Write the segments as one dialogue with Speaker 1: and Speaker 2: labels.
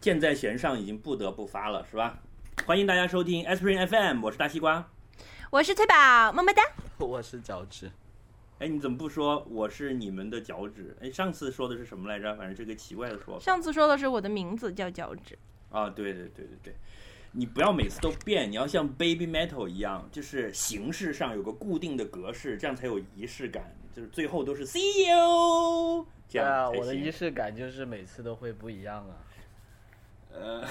Speaker 1: 箭在弦上，已经不得不发了，是吧？欢迎大家收听 Spring FM，我是大西瓜。
Speaker 2: 我是翠宝，么么哒。
Speaker 3: 我是脚趾，
Speaker 1: 哎，你怎么不说我是你们的脚趾？哎，上次说的是什么来着？反正是个奇怪的说法
Speaker 2: 上次说的是我的名字叫脚趾，
Speaker 1: 啊！对对对对对，你不要每次都变，你要像 Baby Metal 一样，就是形式上有个固定的格式，这样才有仪式感，就是最后都是 See you 这
Speaker 3: 对啊，
Speaker 1: 样才
Speaker 3: 我的
Speaker 1: 行
Speaker 3: 仪式感就是每次都会不一样啊。
Speaker 1: 呃，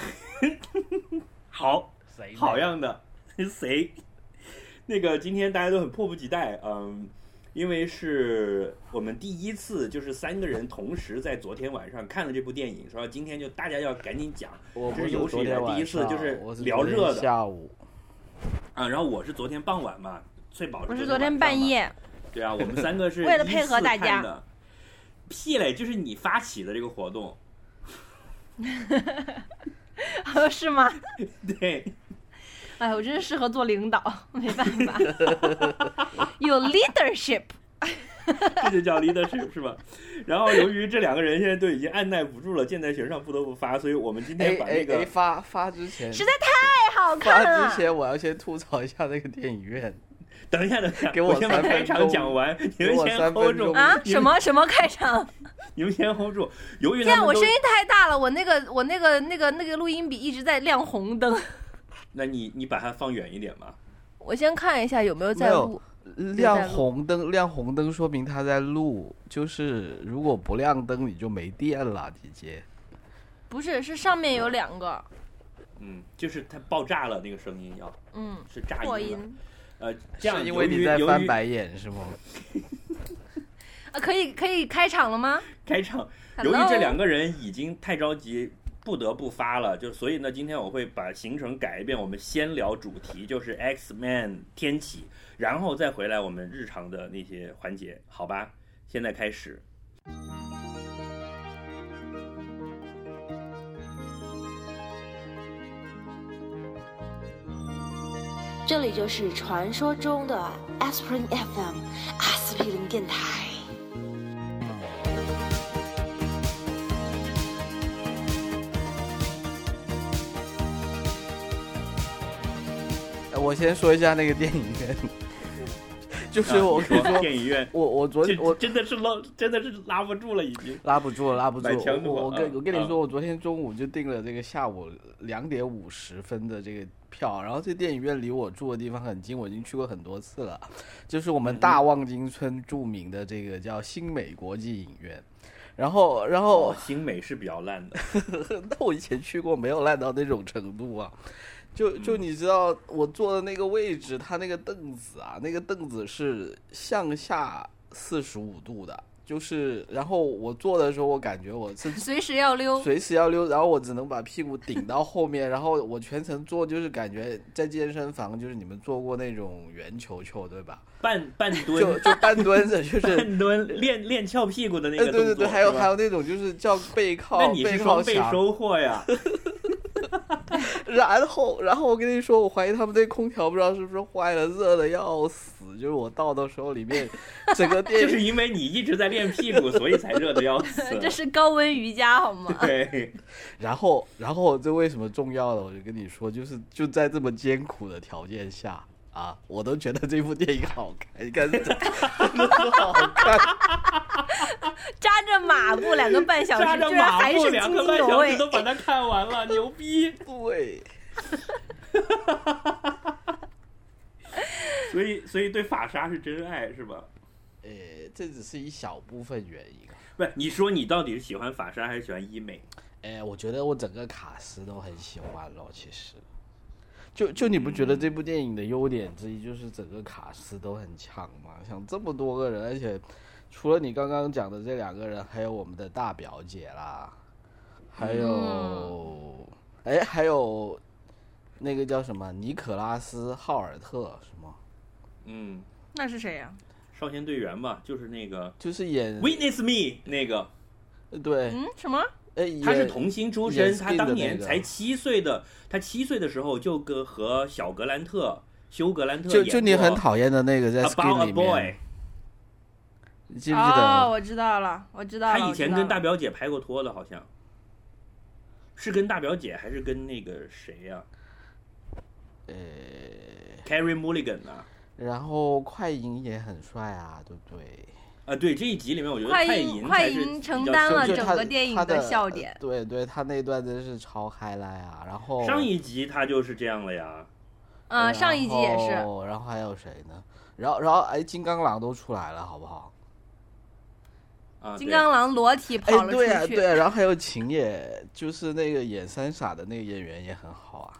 Speaker 1: 好，
Speaker 3: 谁
Speaker 1: 好
Speaker 3: 呀？
Speaker 1: 样的， 谁？那个今天大家都很迫不及待，嗯，因为是我们第一次，就是三个人同时在昨天晚上看了这部电影，说今天就大家要赶紧讲
Speaker 3: 我
Speaker 1: 这
Speaker 3: 不
Speaker 1: 是有史
Speaker 3: 昨
Speaker 1: 以来
Speaker 3: 天晚
Speaker 1: 第一次
Speaker 3: 上
Speaker 1: 就是
Speaker 3: 我是
Speaker 1: 聊
Speaker 3: 昨天
Speaker 1: 热的
Speaker 3: 下午，
Speaker 1: 啊。然后我是昨天傍晚嘛，翠宝
Speaker 2: 我
Speaker 1: 是
Speaker 2: 是昨
Speaker 1: 晚
Speaker 2: 天
Speaker 1: 上
Speaker 2: 半
Speaker 1: 嘛，
Speaker 2: 夜，
Speaker 1: 对啊，我们三个是
Speaker 2: 为了配合
Speaker 1: 依次
Speaker 2: 大家
Speaker 1: 看的。屁嘞，就是你发起的这个活动，
Speaker 2: 是吗？
Speaker 1: 对，
Speaker 2: 哎，我真是适合做领导，没办 法，有 leadership。
Speaker 1: 这就叫 leadership 是吧？然后由于这两个人现在都已经按耐不住了，箭在弦上不得不发，所以我们今
Speaker 3: 哎
Speaker 1: 天把
Speaker 3: 哎
Speaker 1: 那
Speaker 3: 哎，
Speaker 1: 个
Speaker 3: 发发之前，
Speaker 2: 实在太好看啊
Speaker 3: 发之
Speaker 2: 了。
Speaker 3: 前我要先吐槽一下那个电影院，
Speaker 1: 等一下，等一下，
Speaker 3: 给我
Speaker 1: 先把
Speaker 3: 三分
Speaker 1: 开场
Speaker 3: 钟
Speaker 1: 讲 完，你们
Speaker 3: 给我
Speaker 1: 先
Speaker 3: 三
Speaker 1: hold
Speaker 3: 分
Speaker 1: 住
Speaker 3: 钟
Speaker 2: 啊，
Speaker 1: 因为
Speaker 2: 什么什么 开场？
Speaker 1: 你们先 hold 住。由于
Speaker 2: 天
Speaker 1: 他
Speaker 2: 啊，
Speaker 1: 们
Speaker 2: 我
Speaker 1: 都
Speaker 2: 声音太大了，我那个我那个那个那个录音笔一直在亮红灯。
Speaker 1: 那你你把它放远一点嘛。
Speaker 2: 我先看一下有没有在
Speaker 3: 没有
Speaker 2: 录。
Speaker 3: 亮红灯，亮红灯说明他在录，就是如果不亮灯你就没电了，姐姐。
Speaker 2: 不是，是上面有两个，
Speaker 1: 嗯，就是它爆炸了，那个声音要
Speaker 2: 嗯，
Speaker 1: 是炸
Speaker 2: 破
Speaker 1: 音了。
Speaker 2: 音
Speaker 1: 呃，这样
Speaker 3: 是因为
Speaker 1: 由于
Speaker 3: 你在
Speaker 1: 由
Speaker 3: 翻
Speaker 1: 于
Speaker 3: 白眼是吗？
Speaker 2: 啊，可以可以开场了吗？
Speaker 1: 开场，由
Speaker 2: Hello
Speaker 1: 于这两个人已经太着急，不得不发了，就所以呢，今天我会把行程改一遍，我们先聊主题，就是 X Man 天启，然后再回来我们日常的那些环节，好吧？现在开始。
Speaker 4: 这里就是传说中的 Aspirin FM 阿司匹林电台。
Speaker 3: 呃我先说一下那个电影院， 就是
Speaker 1: 啊
Speaker 3: 我
Speaker 1: 你
Speaker 3: 跟你
Speaker 1: 说
Speaker 3: 说，
Speaker 1: 电影院，
Speaker 3: 我我昨
Speaker 1: 这
Speaker 3: 天我
Speaker 1: 真的是拉，真的是拉不住了，已经。
Speaker 3: 拉不住了，拉不住
Speaker 1: 满墙
Speaker 3: 了。
Speaker 1: 怒火
Speaker 3: 我我跟
Speaker 1: 嗯
Speaker 3: 我跟你
Speaker 1: 嗯
Speaker 3: 说，我昨天中午就订了这个下午两点五十分的这个票，然后这电影院离我住的地方很近，我已经去过很多次了，就是我们大望京村著名的这个叫新美国际影院。然后，然后
Speaker 1: 哦，新美是比较烂的，
Speaker 3: 那我以前去过，没有烂到那种程度啊。就就你知道我坐的那个位置，它那个凳子啊，那个凳子是向下四十五度的，就是然后我坐的时候，我感觉我是
Speaker 2: 随时要溜。
Speaker 3: 随时要溜，然后我只能把屁股顶到后面，然后我全程坐就是感觉在健身房，就是你们做过那种圆球球对吧？
Speaker 1: 半半
Speaker 3: 就
Speaker 1: 蹲，
Speaker 3: 就半蹲 着，就是。
Speaker 1: 半蹲练练翘屁股的那
Speaker 3: 哎，
Speaker 1: 个
Speaker 3: 对
Speaker 1: 动作。
Speaker 3: 对对，还有
Speaker 1: 是吧
Speaker 3: 还有那种就是叫背靠
Speaker 1: 那你是
Speaker 3: 背靠
Speaker 1: 双倍
Speaker 3: 墙，
Speaker 1: 收获 呀？
Speaker 3: 然后然后我跟你说，我怀疑他们那空调不知道是不是坏了，热的要死。就是我到的时候里面，整个电
Speaker 1: 就
Speaker 3: 影
Speaker 1: 是因为你一直在练屁股，所以才热的要死。
Speaker 2: 这是高温瑜伽好吗？
Speaker 1: 对，
Speaker 3: 然后，然后这为什么重要的？我就跟你说，就是就在这么艰苦的条件下啊，我都觉得这部电影好看，你看真的真的是好看。
Speaker 2: 扎着马步两个半小
Speaker 1: 扎
Speaker 2: 时，
Speaker 1: 着
Speaker 2: 啊居然
Speaker 1: 马
Speaker 2: 还
Speaker 1: 步
Speaker 2: 是哎
Speaker 1: 两
Speaker 2: 津
Speaker 1: 个
Speaker 2: 津
Speaker 1: 半
Speaker 2: 有
Speaker 1: 小时
Speaker 2: 味。
Speaker 1: 都把它看完了，牛 逼！
Speaker 3: 对，
Speaker 1: 所以，所以对法沙是真爱是吧？
Speaker 3: 呃，这只是一小部分原因。啊
Speaker 1: 不是，你说你到底是喜欢法沙还是喜欢医美？
Speaker 3: 哎，我觉得我整个卡斯都很喜欢咯，其实。嗯就就你不觉得这部电影的优点之一就是整个卡斯都很强吗？像这么多个人，而且除了你刚刚讲的这两个人，还有我们的大表姐啦，还有，哎、还有那个叫什么尼可拉斯·浩尔特什么，
Speaker 1: 嗯，
Speaker 2: 那是谁呀、
Speaker 1: 少先队员嘛，就是那个
Speaker 3: 就是演
Speaker 1: Witness Me 那个，
Speaker 3: 对，
Speaker 2: 嗯，什么？
Speaker 3: 哎，
Speaker 1: 他是
Speaker 3: 演
Speaker 1: 童星出
Speaker 3: 演
Speaker 1: 身，
Speaker 3: Skin
Speaker 1: 他当
Speaker 3: 的
Speaker 1: 年
Speaker 3: 那个
Speaker 1: 才七岁的，他七岁的时候就跟和小格兰特、休格兰特
Speaker 3: 就
Speaker 1: 演
Speaker 3: 就你
Speaker 1: 过
Speaker 3: 很讨厌的那个在
Speaker 1: About
Speaker 3: Skin
Speaker 1: a
Speaker 3: 里面
Speaker 1: Boy，，
Speaker 3: 你记不记得？
Speaker 2: 哦，我知道了，我知道了。
Speaker 1: 他以前
Speaker 2: 我知
Speaker 1: 跟
Speaker 2: 道
Speaker 1: 大
Speaker 2: 了
Speaker 1: 表姐拍过拖的，好像是跟大表姐还是跟那个谁啊呀、
Speaker 3: 呃，
Speaker 1: c a r r y Mulligan 啊？
Speaker 3: 然后快银也很帅啊，对不对？
Speaker 1: 啊，对这一集里面，我觉得
Speaker 2: 快
Speaker 1: 银
Speaker 2: 银快
Speaker 1: 才是
Speaker 2: 银
Speaker 1: 比
Speaker 2: 承
Speaker 1: 较
Speaker 2: 担
Speaker 1: 受
Speaker 2: 了
Speaker 3: 就
Speaker 2: 整
Speaker 3: 他
Speaker 2: 个电影
Speaker 3: 他
Speaker 2: 的
Speaker 3: 的
Speaker 2: 笑点
Speaker 3: 对对，他那段真是超嗨了呀。然后
Speaker 1: 上一集他就是这样了呀。
Speaker 2: 嗯，上一集也
Speaker 3: 然
Speaker 2: 是，
Speaker 3: 后然后还有谁呢？然后然后哎，金刚狼都出来了，好不好？
Speaker 1: 啊，
Speaker 2: 金
Speaker 1: 对
Speaker 2: 刚狼裸体
Speaker 3: 哎
Speaker 2: 跑，了
Speaker 3: 对啊
Speaker 2: 出
Speaker 3: 对
Speaker 2: 去，
Speaker 3: 啊，然后还有秦野，就是那个演三傻的那个演员也很好啊。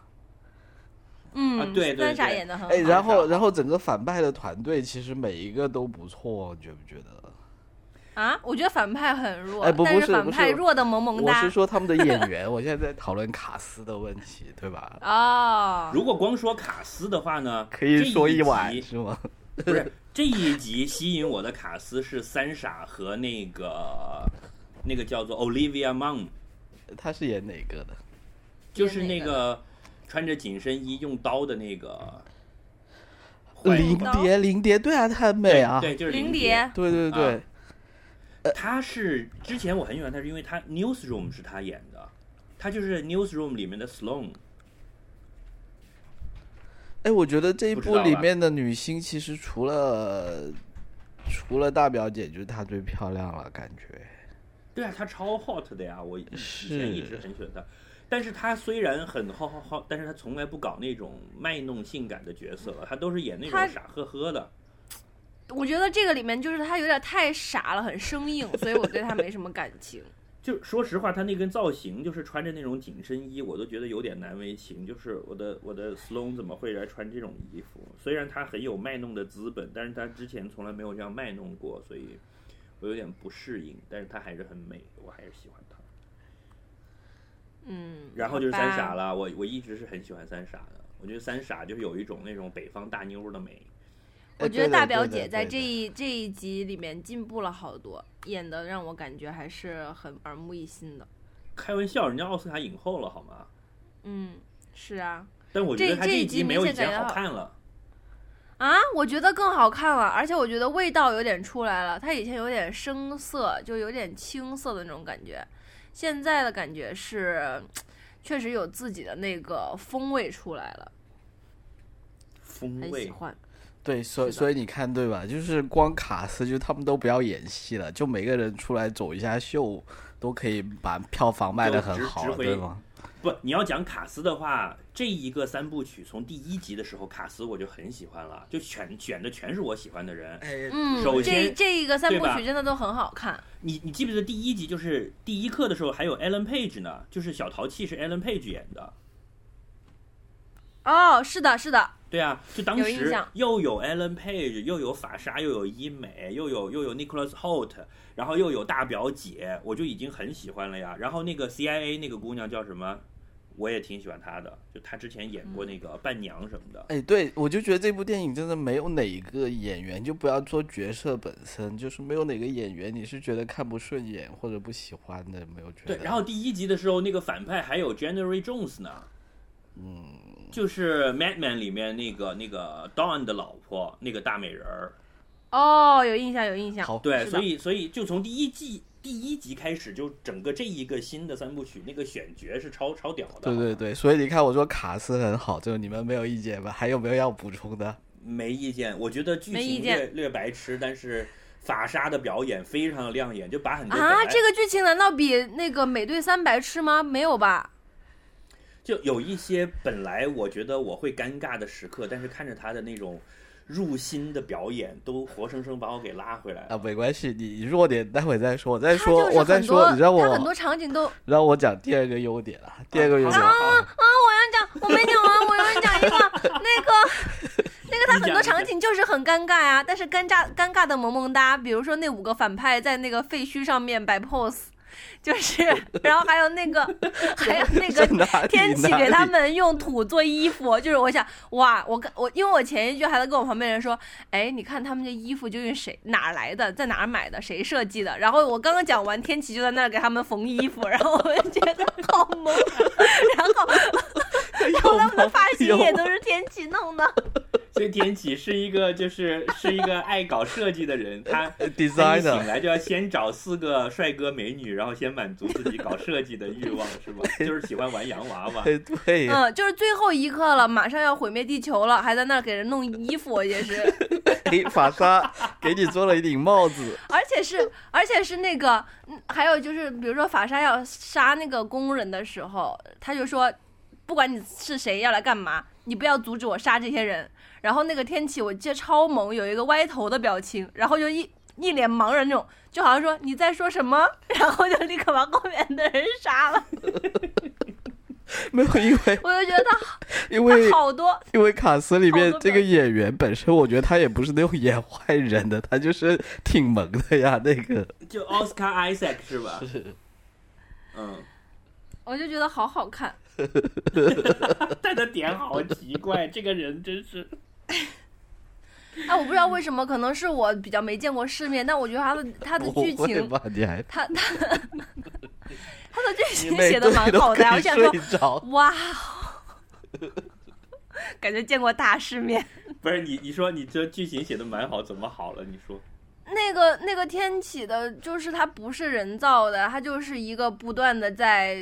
Speaker 1: 啊
Speaker 2: 嗯，
Speaker 1: 对对
Speaker 2: 三傻
Speaker 1: 对
Speaker 2: 演的很好
Speaker 3: 哎，，然
Speaker 1: 好
Speaker 3: 后
Speaker 1: 看
Speaker 3: 然后整个反派的团队其实每一个都不错，你觉不觉得？
Speaker 2: 啊，我觉得反派很弱，
Speaker 3: 哎不
Speaker 2: 但
Speaker 3: 不
Speaker 2: 是
Speaker 3: 是
Speaker 2: 反
Speaker 3: 不是
Speaker 2: 派弱的萌萌
Speaker 3: 我
Speaker 2: 哒
Speaker 3: 是。说他们的演员，我现在在讨论卡斯的问题，对吧？
Speaker 2: 哦，
Speaker 1: 如果光说卡斯的话呢，
Speaker 3: 可以说
Speaker 1: 这一
Speaker 3: 一晚
Speaker 1: 集
Speaker 3: 是吗？
Speaker 1: 不是这一集吸引我的卡斯是三傻和那个那个叫做 Olivia Munn，
Speaker 3: 他是演哪个的？
Speaker 1: 就是那
Speaker 2: 演哪
Speaker 1: 个穿着紧身衣用刀的那个坏人
Speaker 3: 林
Speaker 1: 吧
Speaker 3: 蝶，林蝶，对啊，她很美
Speaker 1: 对
Speaker 3: 啊，
Speaker 1: 对，就是
Speaker 2: 林
Speaker 1: 林
Speaker 2: 蝶，
Speaker 3: 对对对，
Speaker 1: 他是之前我很喜欢他，是因为他 Newsroom 是他演的，他就是 Newsroom 里面的 Sloan。
Speaker 3: 哎，我觉得这一
Speaker 1: 不知
Speaker 3: 部
Speaker 1: 道
Speaker 3: 里
Speaker 1: 吧
Speaker 3: 面的女星，其实除了除了大表姐，就是她最漂亮了，感觉。
Speaker 1: 对啊，他超 hot 的呀，我以
Speaker 3: 是
Speaker 1: 前一直很喜欢他。但是他虽然很 hot hot hot，但是他从来不搞那种卖弄性感的角色，他都是演那
Speaker 2: 他
Speaker 1: 种傻呵呵的。
Speaker 2: 我觉得这个里面就是他有点太傻了，很生硬，所以我对他没什么感情。
Speaker 1: 就说实话，他那根造型就是穿着那种紧身衣，我都觉得有点难为情。就是我的我的 Sloan 怎么会来穿这种衣服？虽然他很有卖弄的资本，但是他之前从来没有这样卖弄过，所以我有点不适应。但是他还是很美，我还是喜欢他。
Speaker 2: 嗯，
Speaker 1: 然后就是三傻
Speaker 2: 了。
Speaker 1: 了，我我一直是很喜欢三傻的。我觉得三傻就是有一种那种北方大妞的美。
Speaker 2: 我
Speaker 3: 哎
Speaker 2: 觉得大表姐在。
Speaker 3: 对
Speaker 2: 这
Speaker 3: 的对的对的
Speaker 2: 一这一集里面进步了好多，演的让我感觉还是很耳目一新的。
Speaker 1: 开玩笑，人家奥斯卡影后了好吗？
Speaker 2: 嗯，是啊，
Speaker 1: 但我觉
Speaker 2: 这
Speaker 1: 得她
Speaker 2: 这一
Speaker 1: 一
Speaker 2: 集
Speaker 1: 集没有
Speaker 2: 明
Speaker 1: 以
Speaker 2: 显
Speaker 1: 前
Speaker 2: 感觉
Speaker 1: 好
Speaker 2: 到
Speaker 1: 看了。
Speaker 2: 啊，我觉得更好看了，而且我觉得味道有点出来了。它以前有点生涩，就有点青涩的那种感觉，现在的感觉是，确实有自己的那个风味出来了，
Speaker 1: 风
Speaker 2: 很喜
Speaker 1: 味，
Speaker 2: 欢。
Speaker 3: 对，所以
Speaker 2: 是的
Speaker 3: 所以你看对吧？就是光卡斯，就他们都不要演戏了，就每个人出来走一下秀，都可以把票房卖的
Speaker 1: 就
Speaker 3: 很
Speaker 1: 值
Speaker 3: 好
Speaker 1: 值
Speaker 3: 了，
Speaker 1: 回
Speaker 3: 对吗？
Speaker 1: 不，你要讲卡斯的话，这一个三部曲从第一集的时候，卡斯我就很喜欢了，就选选的全是我喜欢的人。
Speaker 3: 哎，
Speaker 2: 嗯
Speaker 1: 首，
Speaker 2: 这
Speaker 1: 先
Speaker 2: 这一个三
Speaker 1: 对
Speaker 2: 部
Speaker 1: 吧
Speaker 2: 曲真的都很好看。
Speaker 1: 你你记不记得第一集就是第一课的时候还有 Ellen Page 呢，就是小淘气是 Ellen Page 演的。
Speaker 2: 哦，是的，是的，
Speaker 1: 对啊，就当
Speaker 2: 有印
Speaker 1: 时
Speaker 2: 象
Speaker 1: 又有 Ellen Page，又有法莎，又有伊美，又有又有 Nicholas Holt，然后又有大表姐，我就已经很喜欢了呀。然后那个 CIA 那个姑娘叫什么？我也挺喜欢她的，就她之前演过那个伴娘什么的。
Speaker 3: 哎，对，我就觉得这部电影真的没有哪一个演员，就不要说角色本身，就是没有哪个演员你是觉得看不顺眼或者不喜欢的，没有觉得。
Speaker 1: 对，然后第一集的时候，那个反派还有 January Jones 呢，嗯，就是 Madman 里面那个那个 Dawn 的老婆，那个大美人儿。
Speaker 2: 哦，有印象，有印象。
Speaker 3: 好，
Speaker 1: 对，
Speaker 2: 是的
Speaker 1: 所以所以就从第一季第一集开始，就整个这一个新的三部曲那个选角是超超屌的。
Speaker 3: 对对对，所以你看我说卡斯很好，就你们没有意见吧？还有没有要补充的？
Speaker 1: 没意见，我觉得剧
Speaker 2: 没意
Speaker 1: 情
Speaker 2: 见
Speaker 1: 略略白痴，但是法莎的表演非常的亮眼，就把很多
Speaker 2: 啊，
Speaker 1: 本来
Speaker 2: 这个剧情难道比那个《美队三》白痴吗？没有吧？
Speaker 1: 就有一些本来我觉得我会尴尬的时刻，但是看着他的那种入心的表演，都活生生把我给拉回来了。
Speaker 3: 啊，没关系，你弱点待会再说，我再
Speaker 2: 他
Speaker 3: 说，
Speaker 2: 就是
Speaker 3: 我再
Speaker 2: 很多，
Speaker 3: 说，你让
Speaker 2: 他很
Speaker 3: 我
Speaker 2: 多场景都啊，
Speaker 3: 让我讲第二个优点啊，第二个优
Speaker 1: 好
Speaker 3: 点，
Speaker 1: 好
Speaker 2: 我要讲，我没讲完，我要讲一个那个那个，他
Speaker 1: 你
Speaker 2: 很
Speaker 1: 讲
Speaker 2: 多
Speaker 1: 你讲
Speaker 2: 场景就是很尴尬呀、但是尴尬尴尬的萌萌哒，比如说那五个反派在那个废墟上面摆 pose。就是，然后还有那个，还有那个
Speaker 3: 在哪里
Speaker 2: 天启
Speaker 3: 哪
Speaker 2: 给他
Speaker 3: 里
Speaker 2: 们用土做衣服，就是我想，哇，我跟我因为我前一句还在跟我旁边人说，哎，你看他们这衣服究竟谁哪儿来的，在哪儿买的，谁设计的？然后我刚刚讲完，天启就在那儿给他们缝衣服，然后我就觉得好啊萌，然后然后他们的发型也都是天启弄的，
Speaker 1: 所以天启是一个就是是一个爱搞设计的人，他他一
Speaker 3: 呃 designer
Speaker 1: 醒来就要先找四个帅哥美女，然后先满足自己搞设计的欲望，是吧？就是喜欢玩洋娃 娃。
Speaker 3: 哎对呀，
Speaker 2: 嗯，就是最后一刻了，马上要毁灭地球了，还在那儿给人弄衣服，也是，
Speaker 3: 哎，法莎给你做了一顶帽子，
Speaker 2: 而且是而且是那个，嗯还有就是，比如说法沙要杀那个工人的时候，他就说，不管你是谁要来干嘛，你不要阻止我杀这些人。然后那个天启，我记得超萌，有一个歪头的表情，然后就一一脸茫然那种，就好像说你在说什么， 然后就立刻把后面的人杀了。
Speaker 3: 没有，因为
Speaker 2: 我就觉得他
Speaker 3: 因为
Speaker 2: 他好多，
Speaker 3: 因为卡斯里面
Speaker 2: 好多
Speaker 3: 这个
Speaker 2: 表情
Speaker 3: 演员本身，我觉得他也不是那种演坏人的，他就是挺萌的呀。那个
Speaker 1: 就 Oscar Isaac 是吧？嗯，
Speaker 2: 我就觉得好好看。
Speaker 1: 他的点好奇怪，这个人真是。
Speaker 2: 哎，我不知道为什么，可能是我比较没见过世面，但我觉得他的他的
Speaker 3: 不
Speaker 2: 剧
Speaker 3: 会
Speaker 2: 情
Speaker 3: 吧？你 还
Speaker 2: 他他他的剧
Speaker 3: 你
Speaker 2: 情
Speaker 3: 每
Speaker 2: 写的
Speaker 3: 顿
Speaker 2: 蛮
Speaker 3: 都
Speaker 2: 好
Speaker 3: 可
Speaker 2: 的，啊我
Speaker 3: 以
Speaker 2: 想说，
Speaker 3: 睡着。
Speaker 2: 哇哦，感觉见过大世面。
Speaker 1: 不是你，你说你这剧情写的蛮好，怎么好了？你说
Speaker 2: 那个那个天启的，就是它不是人造的，它就是一个不断的在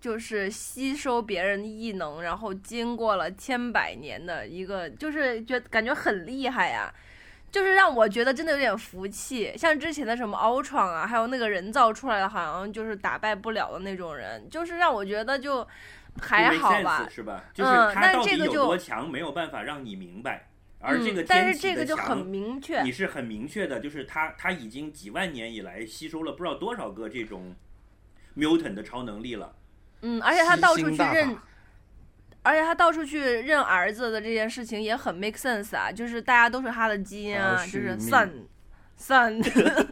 Speaker 2: 就是吸收别人的异能，然后经过了千百年的一个，就是觉感觉很厉害呀、就是让我觉得真的有点服气，像之前的什么奥创啊，还有那个人造出来的，好像就是打败不了的那种人，就是让我觉得就还好吧
Speaker 1: sense,。是吧？就是
Speaker 2: 嗯
Speaker 1: 他
Speaker 2: 但是
Speaker 1: 到底
Speaker 2: 这个
Speaker 1: 有
Speaker 2: 就
Speaker 1: 多强，没有办法让你明白。而这个
Speaker 2: 嗯，但
Speaker 1: 天
Speaker 2: 是
Speaker 1: 启
Speaker 2: 这个
Speaker 1: 的
Speaker 2: 就很
Speaker 1: 强，
Speaker 2: 明确
Speaker 1: 你，是很明确的，就是他他已经几万年以来吸收了不知道多少个这种 mutant 的超能力了。
Speaker 2: 嗯，而且他到处
Speaker 3: 吸星
Speaker 2: 去
Speaker 3: 大法
Speaker 2: 认而且他到处去认儿子的这件事情也很 make sense 啊，就是大家都是他的基因啊，
Speaker 3: 他
Speaker 2: 就是是
Speaker 3: 命
Speaker 2: son son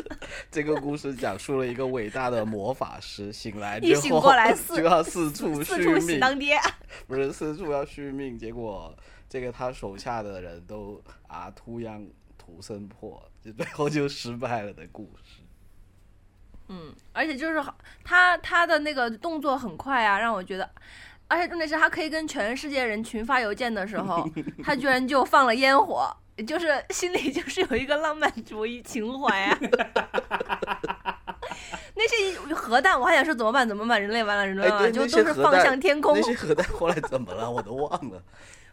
Speaker 3: 这个故事讲述了一个伟大的魔法师醒 来
Speaker 2: 一
Speaker 3: 之后，
Speaker 2: 醒过 来四
Speaker 3: 就要四处
Speaker 2: 四
Speaker 3: 续
Speaker 2: 处喜
Speaker 3: 命，
Speaker 2: 当爹，
Speaker 3: 不是四处要续命，结果这个他手下的人都啊图样图生破，就最后就失败了的故事。
Speaker 2: 而且就是好他他的那个动作很快啊，让我觉得。而且重点是他可以跟全世界人群发邮件的时 候，他居然就放了烟火，就是 心里就是有一个浪漫主义情怀啊。 那些核弹，我还想说怎么办？怎么办？人类完了，人类
Speaker 3: 哎，
Speaker 2: 完
Speaker 3: 对，
Speaker 2: 了，就
Speaker 3: 那
Speaker 2: 都
Speaker 3: 些
Speaker 2: 是
Speaker 3: 核
Speaker 2: 放
Speaker 3: 弹
Speaker 2: 向天空。
Speaker 3: 那些核弹后来怎么了？我都忘了，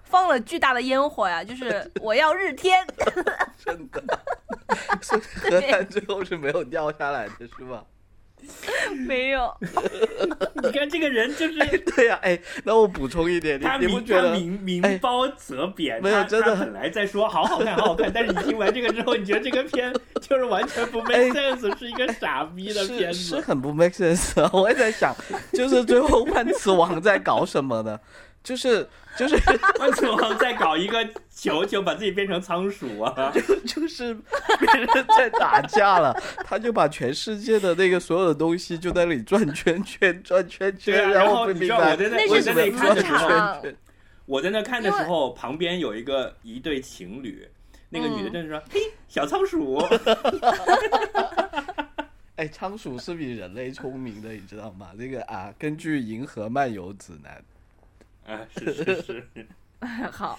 Speaker 2: 放了巨大的烟火呀，就是我要日天，
Speaker 3: 真的。 所以核弹最后是没有掉下来的，是吧？
Speaker 2: 没有，
Speaker 1: 你看这个人就是
Speaker 3: 对呀、哎，那我补充一点，
Speaker 1: 他
Speaker 3: 你你不
Speaker 1: 明
Speaker 3: 觉
Speaker 1: 他
Speaker 3: 得？
Speaker 1: 明
Speaker 3: 哎
Speaker 1: 明褒责贬，
Speaker 3: 没有
Speaker 1: 他
Speaker 3: 真的
Speaker 1: 他本来在说好好看好好看，但是你听完这个之后，你觉得这个片就是完全不 make
Speaker 3: 哎
Speaker 1: sense，是一个傻逼的片
Speaker 3: 是是
Speaker 1: 子。
Speaker 3: 很不 make sense 啊！我也在想，就是最后万磁王在搞什么呢？就是就是
Speaker 1: 万磁王在搞一个球球，把自己变成仓鼠啊！
Speaker 3: 就是别人在打架了，他就把全世界的那个所有的东西就在那里转圈圈转圈
Speaker 1: 对
Speaker 3: 圈，
Speaker 1: 啊
Speaker 3: 然
Speaker 1: 然
Speaker 3: 后
Speaker 1: 后
Speaker 3: 不
Speaker 1: 你
Speaker 3: 明
Speaker 1: 知道
Speaker 3: 白
Speaker 1: 我在那
Speaker 2: 那
Speaker 3: 为
Speaker 2: 是
Speaker 3: 什
Speaker 2: 主
Speaker 1: 在
Speaker 3: 么
Speaker 1: 看
Speaker 3: 转
Speaker 1: 的
Speaker 2: 主
Speaker 1: 时候，
Speaker 2: 场
Speaker 3: 圈圈。
Speaker 1: 我在那看的时候，旁边有一个一对情侣，那个女的
Speaker 2: 嗯
Speaker 1: 就是说：“嘿，小仓 鼠。
Speaker 3: 哎，仓鼠是比人类聪明的，你知道吗？这个啊，根据《银河漫游指南》，”
Speaker 1: 啊，是是是。
Speaker 2: 好，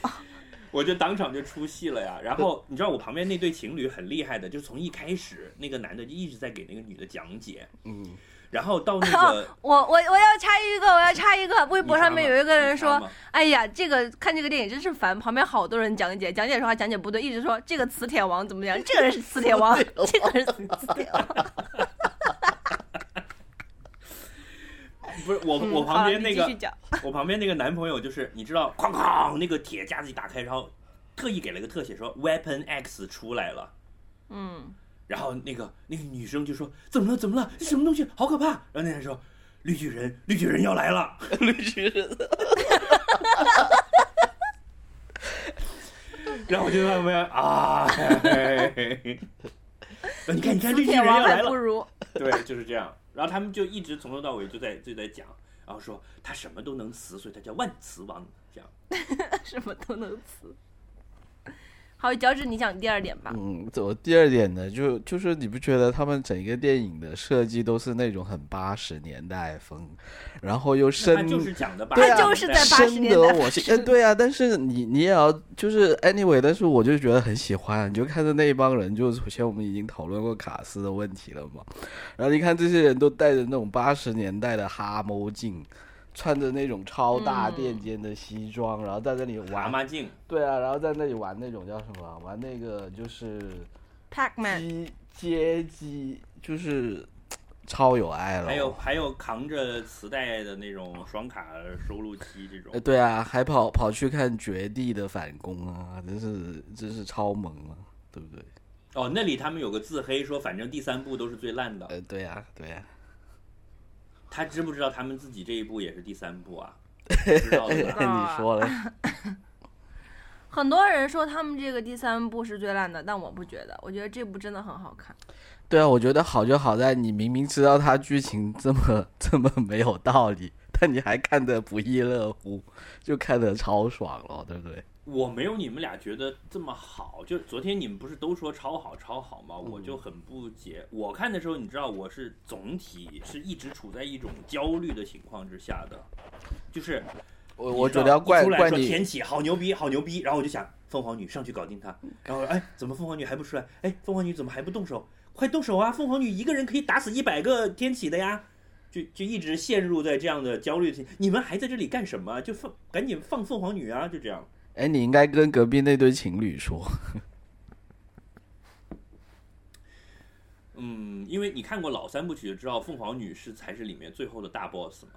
Speaker 1: 我就当场就出戏了呀。然后你知道我旁边那对情侣很厉害的，就是从一开始那个男的就一直在给那个女的讲解，
Speaker 3: 嗯，
Speaker 1: 然后到那 个
Speaker 2: 我我我要插一个，我要插一个，微
Speaker 1: 微
Speaker 2: 博上面有一个人说，哎呀，这个看这个电影真是烦，旁边好多人讲解，讲解的时候还讲解不对，一直说这个磁铁王怎么样，这个人是磁铁 王，
Speaker 3: 哎
Speaker 2: 这个人是磁铁王，
Speaker 1: 不是我
Speaker 2: 嗯
Speaker 1: 我
Speaker 2: 好
Speaker 1: 旁边
Speaker 2: 你
Speaker 1: 那
Speaker 2: 继
Speaker 1: 个
Speaker 2: 续讲
Speaker 1: 我旁边那个男朋友就是你知道，哐哐那个铁夹子一打开，然后特意给了个特写说 Weapon X 出来了。
Speaker 2: 嗯，
Speaker 1: 然后那个那个女生就说：“怎么了？怎么了？什么东西？好可怕！”然后那人说：“绿巨人，绿巨人要来了。”
Speaker 3: 绿巨人，
Speaker 1: 然后我就在旁边啊，嘿嘿嘿嘿你看你看
Speaker 2: 磁
Speaker 1: 绿巨
Speaker 2: 铁
Speaker 1: 人要
Speaker 2: 王
Speaker 1: 来
Speaker 2: 还
Speaker 1: 了
Speaker 2: 不，如，
Speaker 1: 对，就是这样。然后他们就一直从头到尾就在就在讲，然后说他什么都能磁，所以他叫万磁王。这样，
Speaker 2: 什么都能磁。好，脚趾，你讲第二点吧。
Speaker 3: 嗯，我第二点呢，就就是你不觉得他们整个电影的设计都是那种很八十年代风，然后又
Speaker 1: 他
Speaker 3: 深
Speaker 1: 就是讲的吧，
Speaker 3: 对啊
Speaker 2: 他就是在80
Speaker 3: 深
Speaker 2: 年
Speaker 3: 得
Speaker 2: 代
Speaker 3: 我心。哎，对啊，但是你你也要就是 anyway，但是我就觉得很喜欢，你就看着那一帮人，就首先我们已经讨论过卡斯的问题了嘛，然后你看这些人都戴着那种八十年代的哈猫镜。穿着那种超大垫肩的西装，然后在那里
Speaker 1: 蛤
Speaker 3: 玩，
Speaker 1: 蟆镜，
Speaker 3: 对啊，然后在那里玩那种叫什么？啊玩那个就是
Speaker 2: Pac-Man，
Speaker 3: 机街机，就是超有爱了。
Speaker 1: 还有还有扛着磁带的那种双卡收录机这种
Speaker 3: 呃，。对啊，还跑跑去看《绝地的反攻》啊，真是真是超萌啊，对不对？
Speaker 1: 哦，那里他们有个自黑说，反正第三部都是最烂的。
Speaker 3: 呃，对啊，对啊，
Speaker 1: 他知不知道他们自己这一部也是第三部啊？知道的吧？
Speaker 3: 你说了，
Speaker 2: 很多人说他们这个第三部是最烂的，但我不觉得，我觉得这部真的很好看。
Speaker 3: 对啊，我觉得好就好在你明明知道它剧情这么 这么没有道理，但你还看得不亦乐乎，就看得超爽了，对不对？
Speaker 1: 我没有你们俩觉得这么好。就昨天你们不是都说超好超好吗？我就很不解。我看的时候，你知道我是总体是一直处在一种焦虑的情况之下的，就是
Speaker 3: 我
Speaker 1: 你
Speaker 3: 我
Speaker 1: 知
Speaker 3: 觉得
Speaker 1: 道
Speaker 3: 要怪
Speaker 1: 一出来
Speaker 3: 怪
Speaker 1: 说
Speaker 3: 你，
Speaker 1: 天启好牛逼，好牛逼，然后我就想凤凰女上去搞定他，
Speaker 3: 嗯
Speaker 1: 然后哎，怎么凤凰女还不出来？哎，凤凰女怎么还不动手？快动手啊！凤凰女一个人可以打死一百个天启的呀！就就一直陷入在这样的焦虑的情，你们还在这里干什么？就放赶紧放凤凰女啊！就这样，
Speaker 3: 哎，你应该跟隔壁那对情侣说，
Speaker 1: 嗯，因为你看过老三部曲就知道，凤凰女是才是里面最后的大 boss 嘛。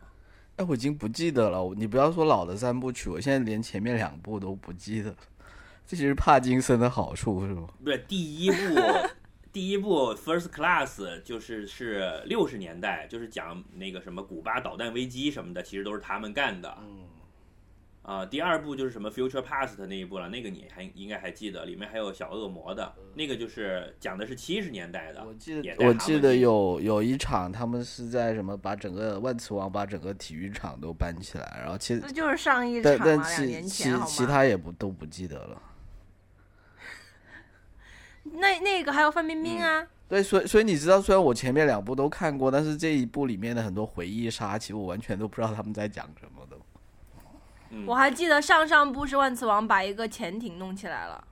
Speaker 3: 哎，我已经不记得了。你不要说老的三部曲，我现在连前面两部都不记得了。 这就是帕金森的好处，是吗？
Speaker 1: 对，第一部， 第一部 First Class 就是是六十年代，就是讲那个什么古巴导弹危机什么的，其实都是他们干的。嗯。啊，第二部就是什么 Future Past 那一部了，那个你还应该还记得，里面还有小恶魔的，那个就是讲的是七十年代的。
Speaker 3: 嗯我记
Speaker 1: 也
Speaker 3: 得，
Speaker 1: 带
Speaker 3: 我
Speaker 1: 蛤
Speaker 3: 记
Speaker 1: 蟆
Speaker 3: 得
Speaker 1: 精
Speaker 3: 有有一场，他们是在什么把整个万磁王把整个体育场都搬起来，然后其实
Speaker 2: 这就是上一场
Speaker 3: 但
Speaker 2: 嘛，
Speaker 3: 但
Speaker 2: 两
Speaker 3: 其
Speaker 2: 年
Speaker 3: 其
Speaker 2: 前好
Speaker 3: 其
Speaker 2: 吗？
Speaker 3: 他也不都不记得了。
Speaker 2: 那那个还有范冰冰啊，
Speaker 3: 对，所以所以你知道，虽然我前面两部都看过，但是这一部里面的很多回忆杀，其实我完全都不知道他们在讲什么的。
Speaker 1: 嗯
Speaker 2: 我还记得上上部是万磁王把一个潜艇弄起来了，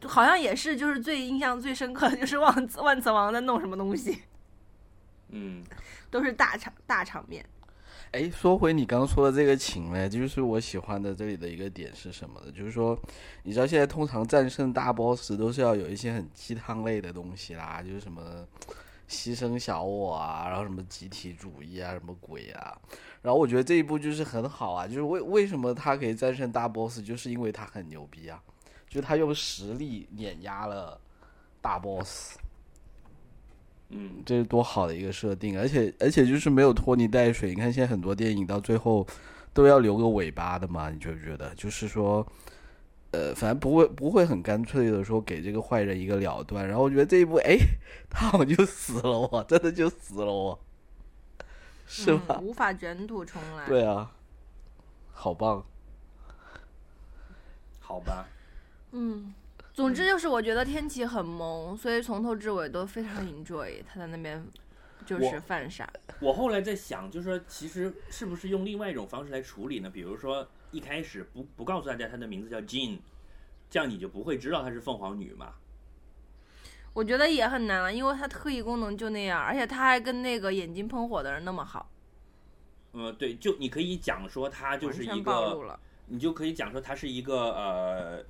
Speaker 2: 就好像也是就是最印象最深刻的就是万磁万磁王在弄什么东西，
Speaker 1: 嗯，
Speaker 2: 都是大场大场 面。
Speaker 3: 哎，说回你刚刚说的这个情呢，就是我喜欢的这里的一个点是什么呢？就是说，你知道现在通常战胜大 boss 都是要有一些很鸡汤类的东西啦，就是什么牺牲小我啊，然后什么集体主义啊，什么鬼啊。然后我觉得这一部就是很好啊，就是为为什么他可以战胜大 boss，就是因为他很牛逼啊，就是他用实力碾压了大 boss。
Speaker 1: 嗯，
Speaker 3: 这是多好的一个设定，而且而且就是没有拖泥带水。你看现在很多电影到最后都要留个尾巴的嘛，你觉不觉得？就是说，呃，反正不会不会很干脆的说给这个坏人一个了断。然后我觉得这一部，哎，他好像就死了我，真的就死了我，是吧？
Speaker 2: 嗯？无法卷土重来。
Speaker 3: 对啊，好棒。
Speaker 1: 好吧，
Speaker 2: 嗯，总之就是我觉得天启很萌，所以从头至尾都非常 enjoy 他在那边就是
Speaker 1: 我
Speaker 2: 犯傻。
Speaker 1: 我后来在想，就是说，其实是不是用另外一种方式来处理呢？比如说，一开始不不告诉大家她的名字叫 Jean，这样你就不会知道她是凤凰女嘛。
Speaker 2: 我觉得也很难了，因为他特异功能就那样，而且他还跟那个眼睛喷火的人那么好，
Speaker 1: 嗯，对，就你可以讲说她就
Speaker 2: 完
Speaker 1: 是一
Speaker 2: 全暴露
Speaker 1: 个，
Speaker 2: 了。
Speaker 1: 你就可以讲说她是一个呃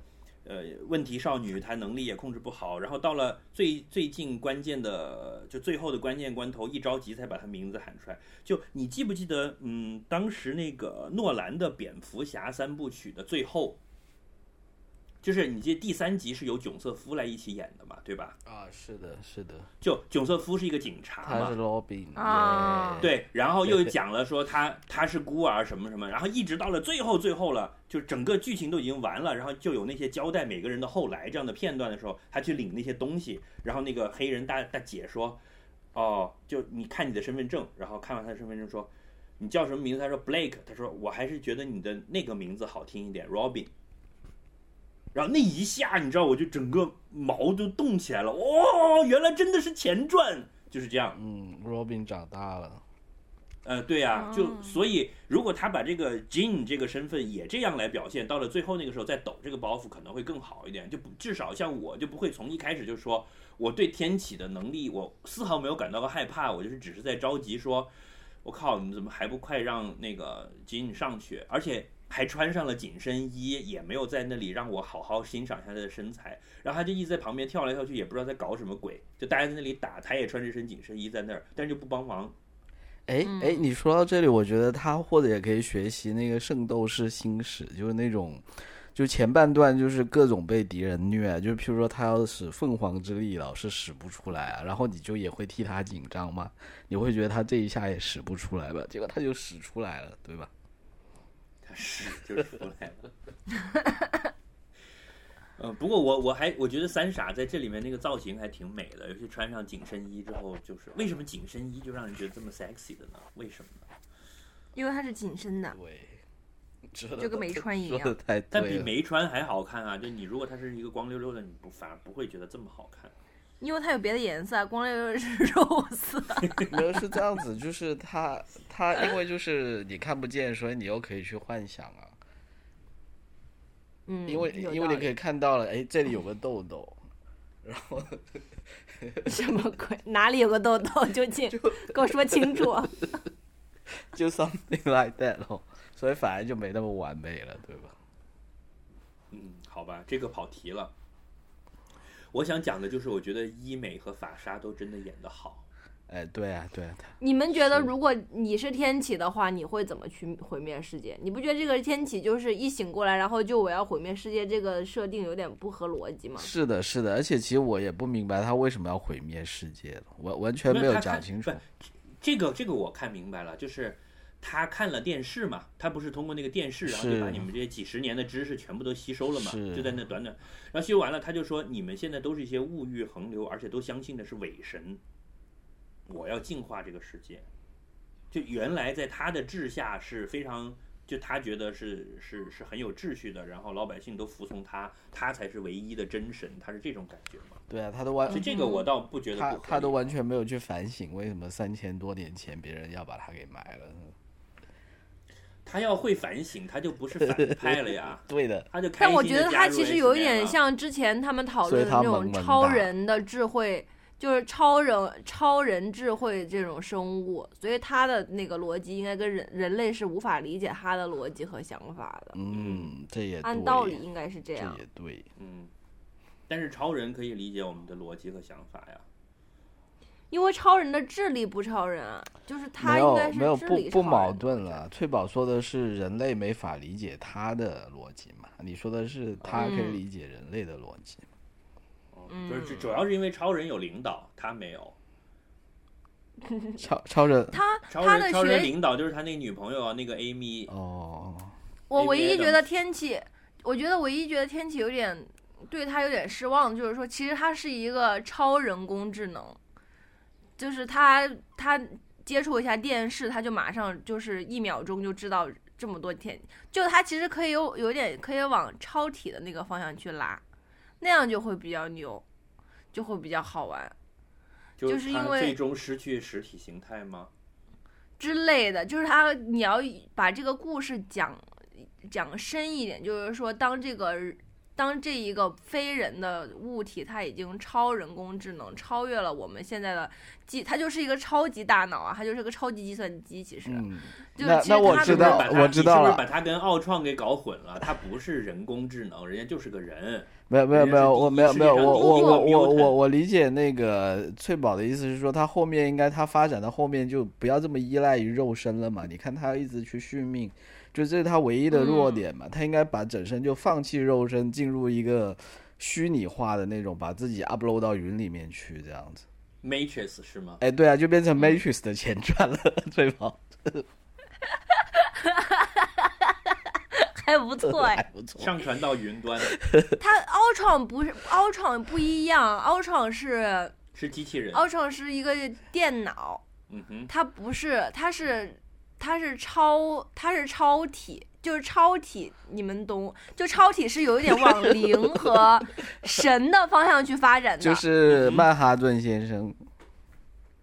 Speaker 1: 呃问题少女，她能力也控制不好，然后到了最最近关键的就最后的关键关头，一着急才把她名字喊出来。就你记不记得，嗯，当时那个诺兰的蝙蝠侠三部曲的最后，就是你记得第三集是由囧瑟夫来一起演的嘛，对吧？
Speaker 3: 啊，是的，是的，
Speaker 1: 就囧瑟夫是一个警察嘛，
Speaker 3: 他是 Robin
Speaker 2: 啊
Speaker 3: 耶
Speaker 1: 对，然后又讲了说他他是孤儿什么什么，然后一直到了最后最后了，就整个剧情都已经完了，然后就有那些交代每个人的后来这样的片段的时候，他去领那些东西，然后那个黑人大大姐说，哦，就你看你的身份证，然后看完他的身份证说，嗯你叫什么名字？他说 Blake，他说我还是觉得你的那个名字好听一点，Robin。然后那一下，你知道，我就整个毛就动起来了。哦，原来真的是前传，就是这样。
Speaker 3: 嗯，Robin 长大了，
Speaker 1: 呃，对呀、就
Speaker 2: 哦
Speaker 1: 所以如果他把这个 Jean 这个身份也这样来表现，到了最后那个时候再抖这个包袱可能会更好一点，就不至少像我就不会从一开始就说我对天启的能力我丝毫没有感到过害怕，我就是只是在着急说，我靠，你们怎么还不快让那个 Jean 上去？而且还穿上了紧身衣，也没有在那里让我好好欣赏一下他的身材，然后他就一直在旁边跳来跳去，也不知道在搞什么鬼，就大家在那里打，他也穿着一身紧身衣在那儿，但是就不帮忙。
Speaker 3: 哎哎，你说到这里，我觉得他或者也可以学习那个《圣斗士星矢》，就是那种，就前半段就是各种被敌人虐，就譬如说他要使凤凰之力，老是使不出来啊，然后你就也会替他紧张嘛，你会觉得他这一下也使不出来吧，结果他就使出来了，对吧？
Speaker 1: 是，就是出来了。嗯，不过我我还我觉得三傻在这里面那个造型还挺美的，尤其穿上紧身衣之后，就是为什么紧身衣就让人觉得这么 sexy 的呢？为什么呢？
Speaker 2: 因为它是紧身的，
Speaker 3: 对，说
Speaker 1: 呃
Speaker 2: 就跟没穿一
Speaker 3: 说的
Speaker 2: 样。
Speaker 3: 太对啊
Speaker 1: 但
Speaker 3: 了。
Speaker 1: 比 没穿还好看啊！就你如果它是一个光溜溜的，你不反而不会觉得这么好看。
Speaker 2: 因为它有别的颜色，光溜溜是 肉色。
Speaker 3: 没有是这样子，就是他他因为就是你看不见，所以你又可以去幻想啊，
Speaker 2: 嗯，
Speaker 3: 因为
Speaker 2: 有
Speaker 3: 因为
Speaker 2: 道
Speaker 3: 你可
Speaker 2: 理
Speaker 3: 以看到了，哎，这里有个痘痘，
Speaker 5: 什么鬼？哪里有个痘痘？ 究竟给我说清 楚。
Speaker 3: 就 something like that 咯，所以反而就没那么完美了，对吧？
Speaker 1: 嗯，好吧，这个跑题了。我想讲的就是，我觉得医美和法沙都真的演得好。
Speaker 3: 哎，对啊，对啊，他
Speaker 5: 你们觉得，
Speaker 3: 是
Speaker 5: 如果你是天启的话，你会怎么去毁灭世界？你不觉得这个天启就是一醒过来，然后就我要毁灭世界这个设定有点不合逻辑吗？
Speaker 3: 是的，是的，而且其实我也不明白他为什么要毁灭世界，完完全没有
Speaker 1: 他
Speaker 3: 讲
Speaker 1: 看
Speaker 3: 清
Speaker 1: 不
Speaker 3: 楚。
Speaker 1: 这个这个我看明白了，就是他看了电视嘛，他不是通过那个电视，然后
Speaker 3: 是
Speaker 1: 就把你们这些几十年的知识全部都吸收了嘛，
Speaker 3: 是
Speaker 1: 就在那短短，然后吸收完了，他就说你们现在都是一些物欲横流，而且都相信的是伪神，我要净化这个世界。就原来在他的治下是非常，就他觉得是是是很有秩序的，然后老百姓都服从他，他才是唯一的真神，他是这种感觉嘛？
Speaker 3: 对啊，他都完
Speaker 1: 所以，这个我倒不觉得不合
Speaker 3: 他
Speaker 1: 理
Speaker 3: 他都完全没有去反省为什么三千多年前别人要把他给埋了。
Speaker 1: 他要会反省，他就不是反派了 呀。
Speaker 3: 对的，
Speaker 1: 他就开
Speaker 2: 但
Speaker 1: 心
Speaker 2: 我
Speaker 1: 地
Speaker 2: 觉得
Speaker 1: 加
Speaker 2: 它
Speaker 1: 入
Speaker 2: 其实有一
Speaker 1: X-Men
Speaker 2: 点
Speaker 1: 了，
Speaker 2: 像之前他们讨
Speaker 3: 啊所以
Speaker 2: 论的
Speaker 3: 它
Speaker 2: 那种
Speaker 3: 萌萌
Speaker 2: 超
Speaker 3: 哒
Speaker 2: 人的智慧，就是超人超人智慧这种生物，所以它的那个逻辑应该跟人人类是无法理解它的逻辑和想法的。
Speaker 3: 嗯，这也
Speaker 5: 按
Speaker 3: 对
Speaker 5: 道理应该是这
Speaker 3: 这
Speaker 5: 样。
Speaker 3: 也对。
Speaker 1: 嗯，但是超人可以理解我们的逻辑和想法呀。
Speaker 2: 因为超人的智力不超人啊，就是他
Speaker 3: 没
Speaker 2: 应
Speaker 3: 有
Speaker 2: 该是
Speaker 3: 没有
Speaker 2: 智
Speaker 3: 不
Speaker 2: 力超
Speaker 3: 不
Speaker 2: 人
Speaker 3: 矛
Speaker 2: 的
Speaker 3: 盾了。翠宝说的是人类没法理解他的逻辑嘛，你说的是他可以
Speaker 2: 嗯
Speaker 3: 理解人类的逻辑嘛。
Speaker 1: 哦就是主主要是因为超人有领导，他没有。
Speaker 3: 超超人
Speaker 2: 他
Speaker 1: 超
Speaker 2: 他的
Speaker 1: 人超人
Speaker 2: 学，
Speaker 1: 领导就是他那女朋友啊，那个 Amy。
Speaker 3: 哦，
Speaker 2: 我唯
Speaker 1: ABA
Speaker 2: 一觉
Speaker 1: 的
Speaker 2: 得天启，我觉得唯一觉得天启有点对他有点失望，就是说其实他是一个超人工智能，就是他他接触一下电视，他就马上就是一秒钟就知道这么多天，就他其实可以有有点可以往超体的那个方向去拉，那样就会比较牛，就会比较好玩。
Speaker 1: 就
Speaker 2: 就是因
Speaker 1: 他
Speaker 2: 为
Speaker 1: 最终失去实体形态吗？
Speaker 2: 之类的，就是他你要把这个故事讲讲深一点，就是说当这个当这一个非人的物体，它已经超人工智能，超越了我们现在的计，它就是一个超级大脑啊，它就是个超级计算机，其实、
Speaker 3: 嗯，
Speaker 2: 就是
Speaker 3: 那
Speaker 2: 其
Speaker 3: 那
Speaker 2: 实
Speaker 3: 我
Speaker 2: 他
Speaker 3: 知
Speaker 2: 们
Speaker 3: 道
Speaker 1: 把，他
Speaker 3: 我
Speaker 1: 你
Speaker 3: 知道
Speaker 1: 是不是
Speaker 3: 了
Speaker 1: 把，他跟奥创给搞混了？他不是人工智能，人家就是个人。
Speaker 3: 没有没有
Speaker 1: 人家
Speaker 3: 没有，
Speaker 1: 是
Speaker 3: 我
Speaker 1: 第一
Speaker 3: 没有
Speaker 1: 世
Speaker 3: 没
Speaker 1: 界
Speaker 3: 有，
Speaker 1: 上
Speaker 3: 我
Speaker 1: 第
Speaker 3: 我
Speaker 1: 一
Speaker 3: 我
Speaker 1: 个
Speaker 3: 我
Speaker 1: mutant
Speaker 3: 我我理解那个翠宝的意思是说，他后面应该他发展到后面就不要这么依赖于肉身了嘛。你看他一直去续命，就这是他唯一的弱点嘛。他应该把整身就放弃肉身，进入一个虚拟化的那种，把自己 upload 到云里面去这样子。
Speaker 1: Matrix 是吗？
Speaker 3: 哎，对啊，就变成 Matrix 的前传了， 翠宝，
Speaker 5: 还不错
Speaker 3: 还
Speaker 5: 哎，
Speaker 3: 不错。
Speaker 1: 上传到云端
Speaker 2: 它奥创不是奥创不一样，奥创是哦
Speaker 1: 是机器人。
Speaker 2: 奥创是一个电脑，
Speaker 1: 嗯哼，
Speaker 2: 它不是，它是它是超它是超体，就是超体，你们懂？就超体是有一点往灵和神的方向去发展的，
Speaker 3: 就是曼哈顿先生，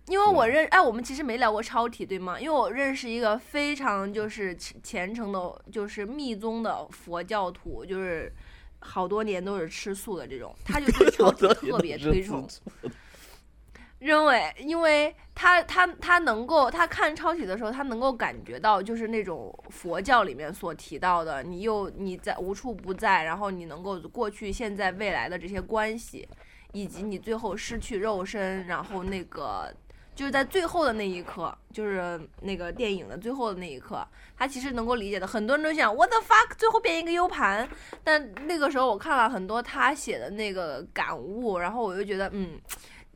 Speaker 2: 因为我认哎，我们其实没聊过超体，对吗？因为我认识一个非常就是虔虔诚的，就是密宗的佛教徒，就是好多年都是吃素的这种，他就对超体特别推崇，认为因为他他他能够他看超体的时候，他能够感觉到就是那种佛教里面所提到的，你又你在无处不在，然后你能够过去、现在、未来的这些关系。以及你最后失去肉身，然后那个就是在最后的那一刻，就是那个电影的最后的那一刻，他其实能够理解的。很多人都想 what the fuck，最后变一个 U 盘。但那个时候我看了很多他写的那个感悟，然后我就觉得，嗯，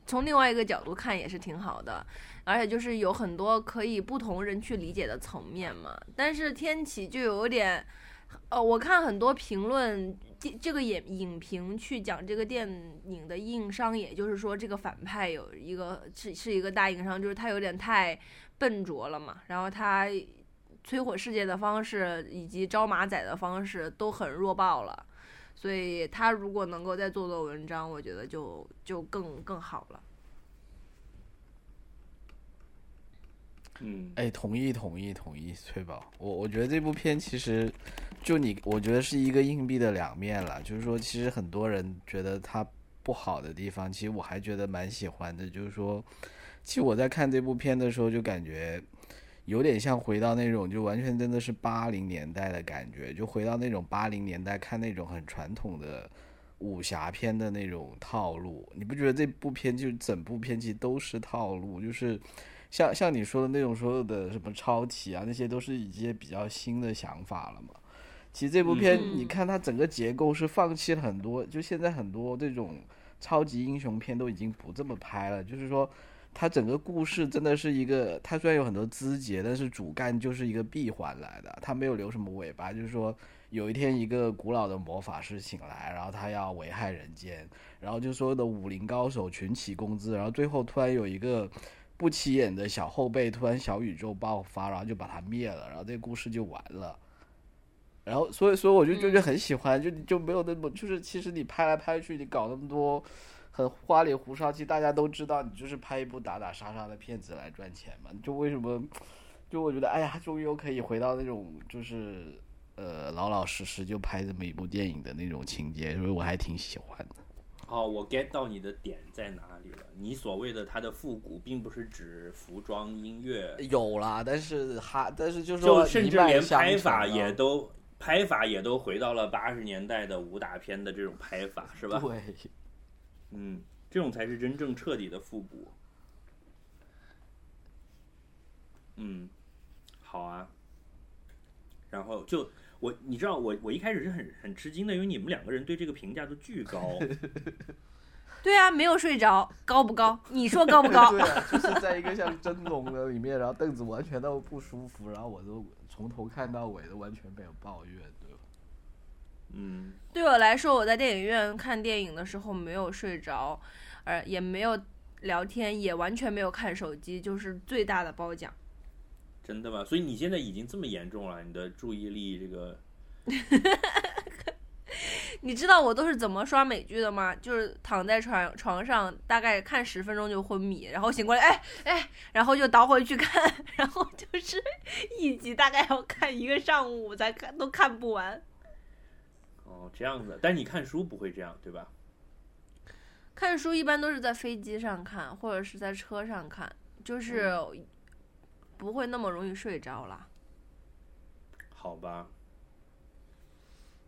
Speaker 2: 从另外一个角度看也是挺好的。而且就是有很多可以不同人去理解的层面嘛。但是天启就有点，呃，我看很多评论，这这个影影评去讲这个电影的硬伤，也就是说这个反派有一个是是一个大硬伤，就是他有点太笨拙了嘛。然后他摧毁世界的方式以及招马仔的方式都很弱爆了。所以他如果能够再做做文章，我觉得就就更更好了。
Speaker 1: 嗯，
Speaker 3: 哎，同意同意同意，翠宝，我我觉得这部片其实，就你，我觉得是一个硬币的两面了。就是说，其实很多人觉得它不好的地方，其实我还觉得蛮喜欢的。就是说，其实我在看这部片的时候，就感觉有点像回到那种，就完全真的是八零年代的感觉，就回到那种八零年代看那种很传统的武侠片的那种套路。你不觉得这部片就整部片其实都是套路，就是。像像你说的那种所有的什么超体啊，那些都是一些比较新的想法了嘛。其实这部片，你看它整个结构是放弃了很多，就现在很多这种超级英雄片都已经不这么拍了。就是说，它整个故事真的是一个，它虽然有很多枝节，但是主干就是一个闭环来的，它没有留什么尾巴。就是说，有一天一个古老的魔法师醒来，然后他要危害人间，然后就所有的武林高手群起攻之，然后最后突然有一个。不起眼的小后辈突然小宇宙爆发，然后就把它灭了，然后这个故事就完了。然后，所以，所以我就就就很喜欢，就就没有那么，就是其实你拍来拍去，你搞那么多很花里胡哨，其实大家都知道，你就是拍一部打打杀杀的片子来赚钱嘛。就为什么，就我觉得，哎呀，终于又可以回到那种就是呃老老实实就拍这么一部电影的那种情节，所以我还挺喜欢的。
Speaker 1: 哦，我 get 到你的点在哪里了。你所谓的它的复古，并不是指服装、音乐，
Speaker 3: 有啦，但是还但是就是
Speaker 1: 就
Speaker 3: 说
Speaker 1: 甚
Speaker 3: 一
Speaker 1: 至
Speaker 3: 脉
Speaker 1: 连
Speaker 3: 相
Speaker 1: 拍
Speaker 3: 承
Speaker 1: 法
Speaker 3: 啊
Speaker 1: 也都拍法也都回到了八十年代的武打片的这种拍法，是吧？
Speaker 3: 对。
Speaker 1: 嗯，这种才是真正彻底的复古。嗯，好啊。然后就我，你知道我我一开始是很很吃惊的，因为你们两个人对这个评价都巨高。
Speaker 2: 对啊，没有睡着，高不高？你说高不高？
Speaker 3: 对啊，就是在一个像蒸笼的里面，然后凳子完全都不舒服，然后我都从头看到尾都完全没有抱怨，对吧？
Speaker 1: 嗯，
Speaker 2: 对我来说，我在电影院看电影的时候没有睡着，呃，也没有聊天，也完全没有看手机，就是最大的褒奖。
Speaker 1: 真的吗？所以你现在已经这么严重了，你的注意力这个
Speaker 2: 你知道我都是怎么刷美剧的吗？就是躺在床床上，大概看十分钟就昏迷，然后醒过来，哎哎，然后就倒回去看， 然后就是 一集大概要看一个上午才看都看不完。
Speaker 1: 哦这样子，但你看书不会这样，对吧？
Speaker 2: 看书一般都是在飞机上看，或者是在车上看，就是不会那么容易睡着啦。
Speaker 1: 好吧，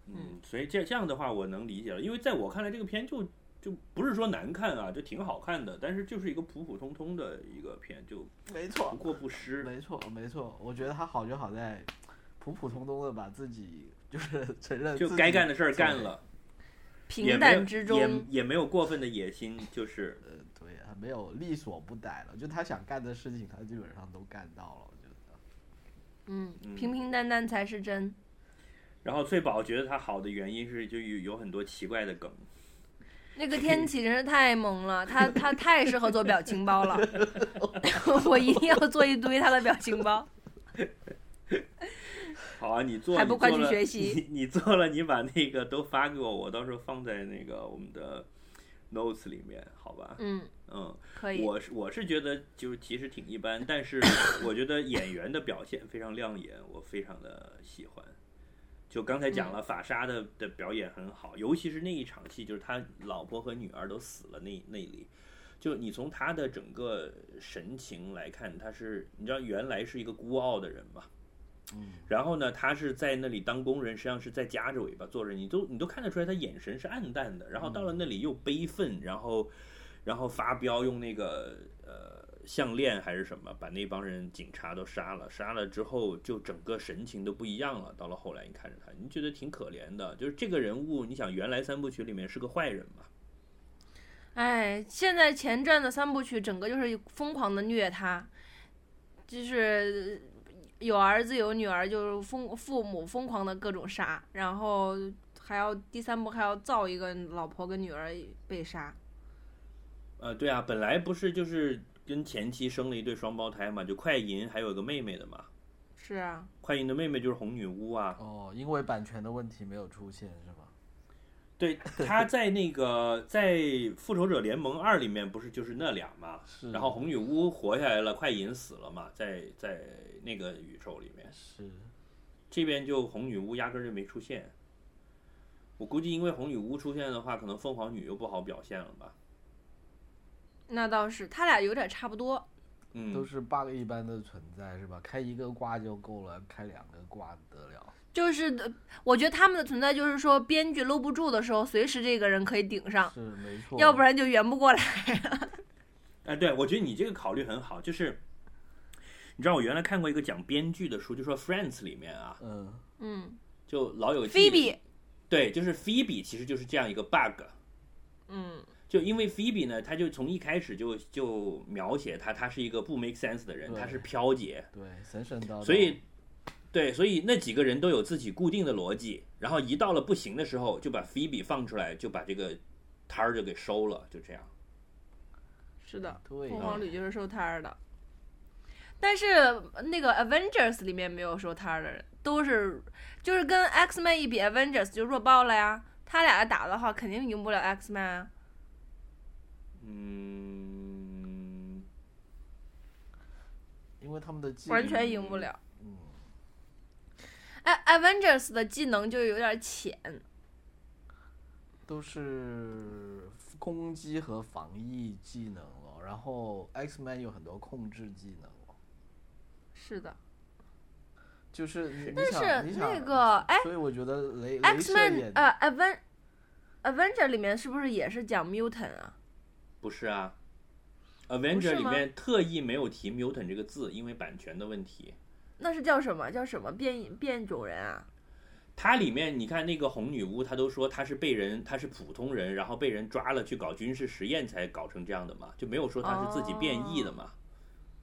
Speaker 1: 嗯，所以这这样的话，我能理解了，因为在我看来，这个片就就不是说难看啊，就挺好看的，但是就是一个普普通通的一个片，就
Speaker 3: 没
Speaker 1: 不
Speaker 3: 错，
Speaker 1: 过不失。
Speaker 3: 没错，没错。我觉得他好就好在普普通通的把自己就是承认
Speaker 1: 就
Speaker 3: 自
Speaker 1: 该
Speaker 3: 己
Speaker 1: 干的事儿干，了，也
Speaker 2: 平
Speaker 1: 没有
Speaker 2: 淡之中，
Speaker 1: 也也没有过分的野心，就是
Speaker 3: 呃，对啊，没有力所不逮了，就他想干的事情，他基本上都干到了，我觉得。
Speaker 2: 嗯
Speaker 1: 嗯，
Speaker 2: 平平淡淡才是真。
Speaker 1: 然后翠宝觉得它好的原因是就有有很多奇怪的梗，
Speaker 2: 那个 天启真是太萌了，他他 太适合做表情包了，我一定要做一堆他的表情包。
Speaker 1: 好啊，你做
Speaker 5: 还
Speaker 1: 你
Speaker 5: 不快
Speaker 1: 做
Speaker 5: 去
Speaker 1: 了
Speaker 5: 学习
Speaker 1: 你你做了，你把那个都发给我，我到时候放在那个我们的 notes 里面，好吧？
Speaker 5: 嗯，
Speaker 1: 嗯，
Speaker 5: 可以。
Speaker 1: 我是我是觉得就是其实挺一般，但是我觉得演员的表现非常亮眼，我非常的喜欢。就刚才讲了，法沙的的表演很好，尤其是那一场戏，就是他老婆和女儿都死了那那里，就你从他的整个神情来看，他是你知道原来是一个孤傲的人嘛，嗯，然后呢，他是在那里当工人，实际上是在夹着尾巴做着，你都你都看得出来他眼神是暗淡的，然后到了那里又悲愤，然后然后发飙，用那个呃项链还是什么，把那帮人警察都杀了，杀了之后就整个神情都不一样了。到了后来，你看着他，你觉得挺可怜的，就是这个人物，你想原来三部曲里面是个坏人嘛，
Speaker 2: 哎，现在前传的三部曲整个就是疯狂的虐他，就是有儿子有女儿，就是疯父母疯狂的各种杀，然后还要第三部还要造一个老婆跟女儿被杀。
Speaker 1: 呃，对啊，本来不是就是跟前妻生了一对双胞胎嘛，就快银还有个妹妹的嘛，
Speaker 2: 是啊，
Speaker 1: 快银的妹妹就是红女巫啊，
Speaker 3: 哦，因为版权的问题没有出现是吗？
Speaker 1: 对，他在那个在《复仇者联盟二》里面不是就是那俩嘛，
Speaker 3: 是
Speaker 1: 然后红女巫活下来了，快银死了嘛，在在那个宇宙里面，
Speaker 3: 是，
Speaker 1: 这边就红女巫压根儿就没出现。我估计因为红女巫出现的话，可能凤凰女又不好表现了吧。
Speaker 2: 那倒是，他俩有点差不多。
Speaker 1: 嗯
Speaker 3: 都，是 bug 一般的存在是吧？开一个挂就够了，开两个挂得了？
Speaker 2: 就是呃我觉得他们的存在就是说，编剧搂不住的时候，随时这个人可以顶上，
Speaker 3: 是没错，
Speaker 2: 要不然就圆不过来。
Speaker 1: 哎，对，我觉得你这个考虑很好，就是你知道我原来看过一个讲编剧的书，就说《Friends》里面啊，
Speaker 3: 嗯，
Speaker 2: 嗯，
Speaker 1: 就老友记
Speaker 2: 菲比，
Speaker 1: 对，就是 Phoebe 其实就是这样一个 bug。
Speaker 2: 嗯，
Speaker 1: 就因为 Phoebe 呢，她就从一开始就就描写她，她是一个不 make sense 的人，
Speaker 3: 对
Speaker 1: 她是飘姐，
Speaker 3: 对，神神叨叨，
Speaker 1: 所以，对，所以那几个人都有自己固定的逻辑，然后一到了不行的时候，就把 Phoebe 放出来，就把这个摊儿就给收了，就这样。
Speaker 2: 是的，
Speaker 3: 对，
Speaker 2: 凤凰女就是收摊儿的。嗯但是呃那个 Avengers 里面没有收摊儿的人，都是就是跟 X Man 一比，Avengers 就弱爆了呀。他俩打的话，肯定赢不了 X Man 啊。
Speaker 1: 嗯，
Speaker 3: 因为他们的技
Speaker 2: 完全赢不了。
Speaker 3: 嗯
Speaker 2: 哎，Avengers 的技能就有点浅，
Speaker 3: 都是攻击和防疫技能了，然后 X Man 有很多控制技能了，
Speaker 2: 是的。
Speaker 3: 就是你
Speaker 2: 但
Speaker 3: 你想
Speaker 2: 是
Speaker 3: 你
Speaker 2: 那
Speaker 3: 想
Speaker 2: 个哎
Speaker 3: 所以我觉得雷雷
Speaker 2: ，X
Speaker 3: 射
Speaker 2: Man
Speaker 3: 眼
Speaker 2: 呃，Aven Avenger 里面是不是也是讲 mutant 啊？
Speaker 1: 不是啊
Speaker 2: 不是
Speaker 1: ，Avenger 里
Speaker 2: 吗
Speaker 1: 面特意没有提 mutant 这个字，因为版权的问题。
Speaker 2: 那是叫什么？叫什么变变种人啊？
Speaker 1: 它里面你看那个红女巫，她都说她是被人，她是普通人，然后被人抓了去搞军事实验才搞成这样的嘛，就没有说她是自己变异的嘛，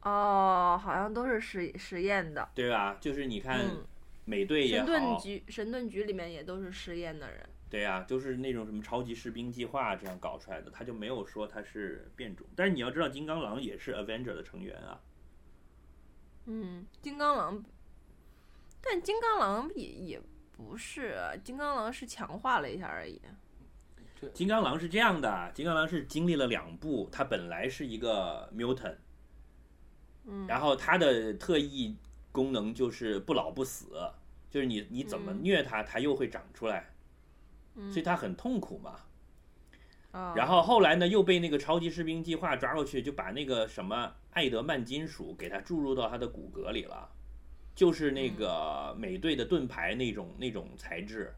Speaker 2: 哦，好像都是实实验的。
Speaker 1: 对吧？就是你看
Speaker 2: 嗯
Speaker 1: 美队也
Speaker 2: 神盾
Speaker 1: 好，
Speaker 2: 局神盾局里面也都是实验的人。
Speaker 1: 对呀、就是那种什么超级士兵计划这样搞出来的，他就没有说他是变种。但是你要知道，金刚狼也是 Avenger 的成员啊，
Speaker 2: 嗯，金刚狼，但金刚狼也也不是啊，金刚狼是强化了一下而已。
Speaker 1: 金刚狼是这样的，金刚狼是经历了两部，他本来是一个 mutant，嗯，然后他的特异功能就是不老不死，就是你你怎么虐他，他又会长出来，所以他很痛苦嘛。
Speaker 2: 哦
Speaker 1: 然后后来呢，又被那个超级士兵计划抓过去，就把那个什么艾德曼金属给他注入到他的骨骼里了，就是那个美队的盾牌那种那种材质，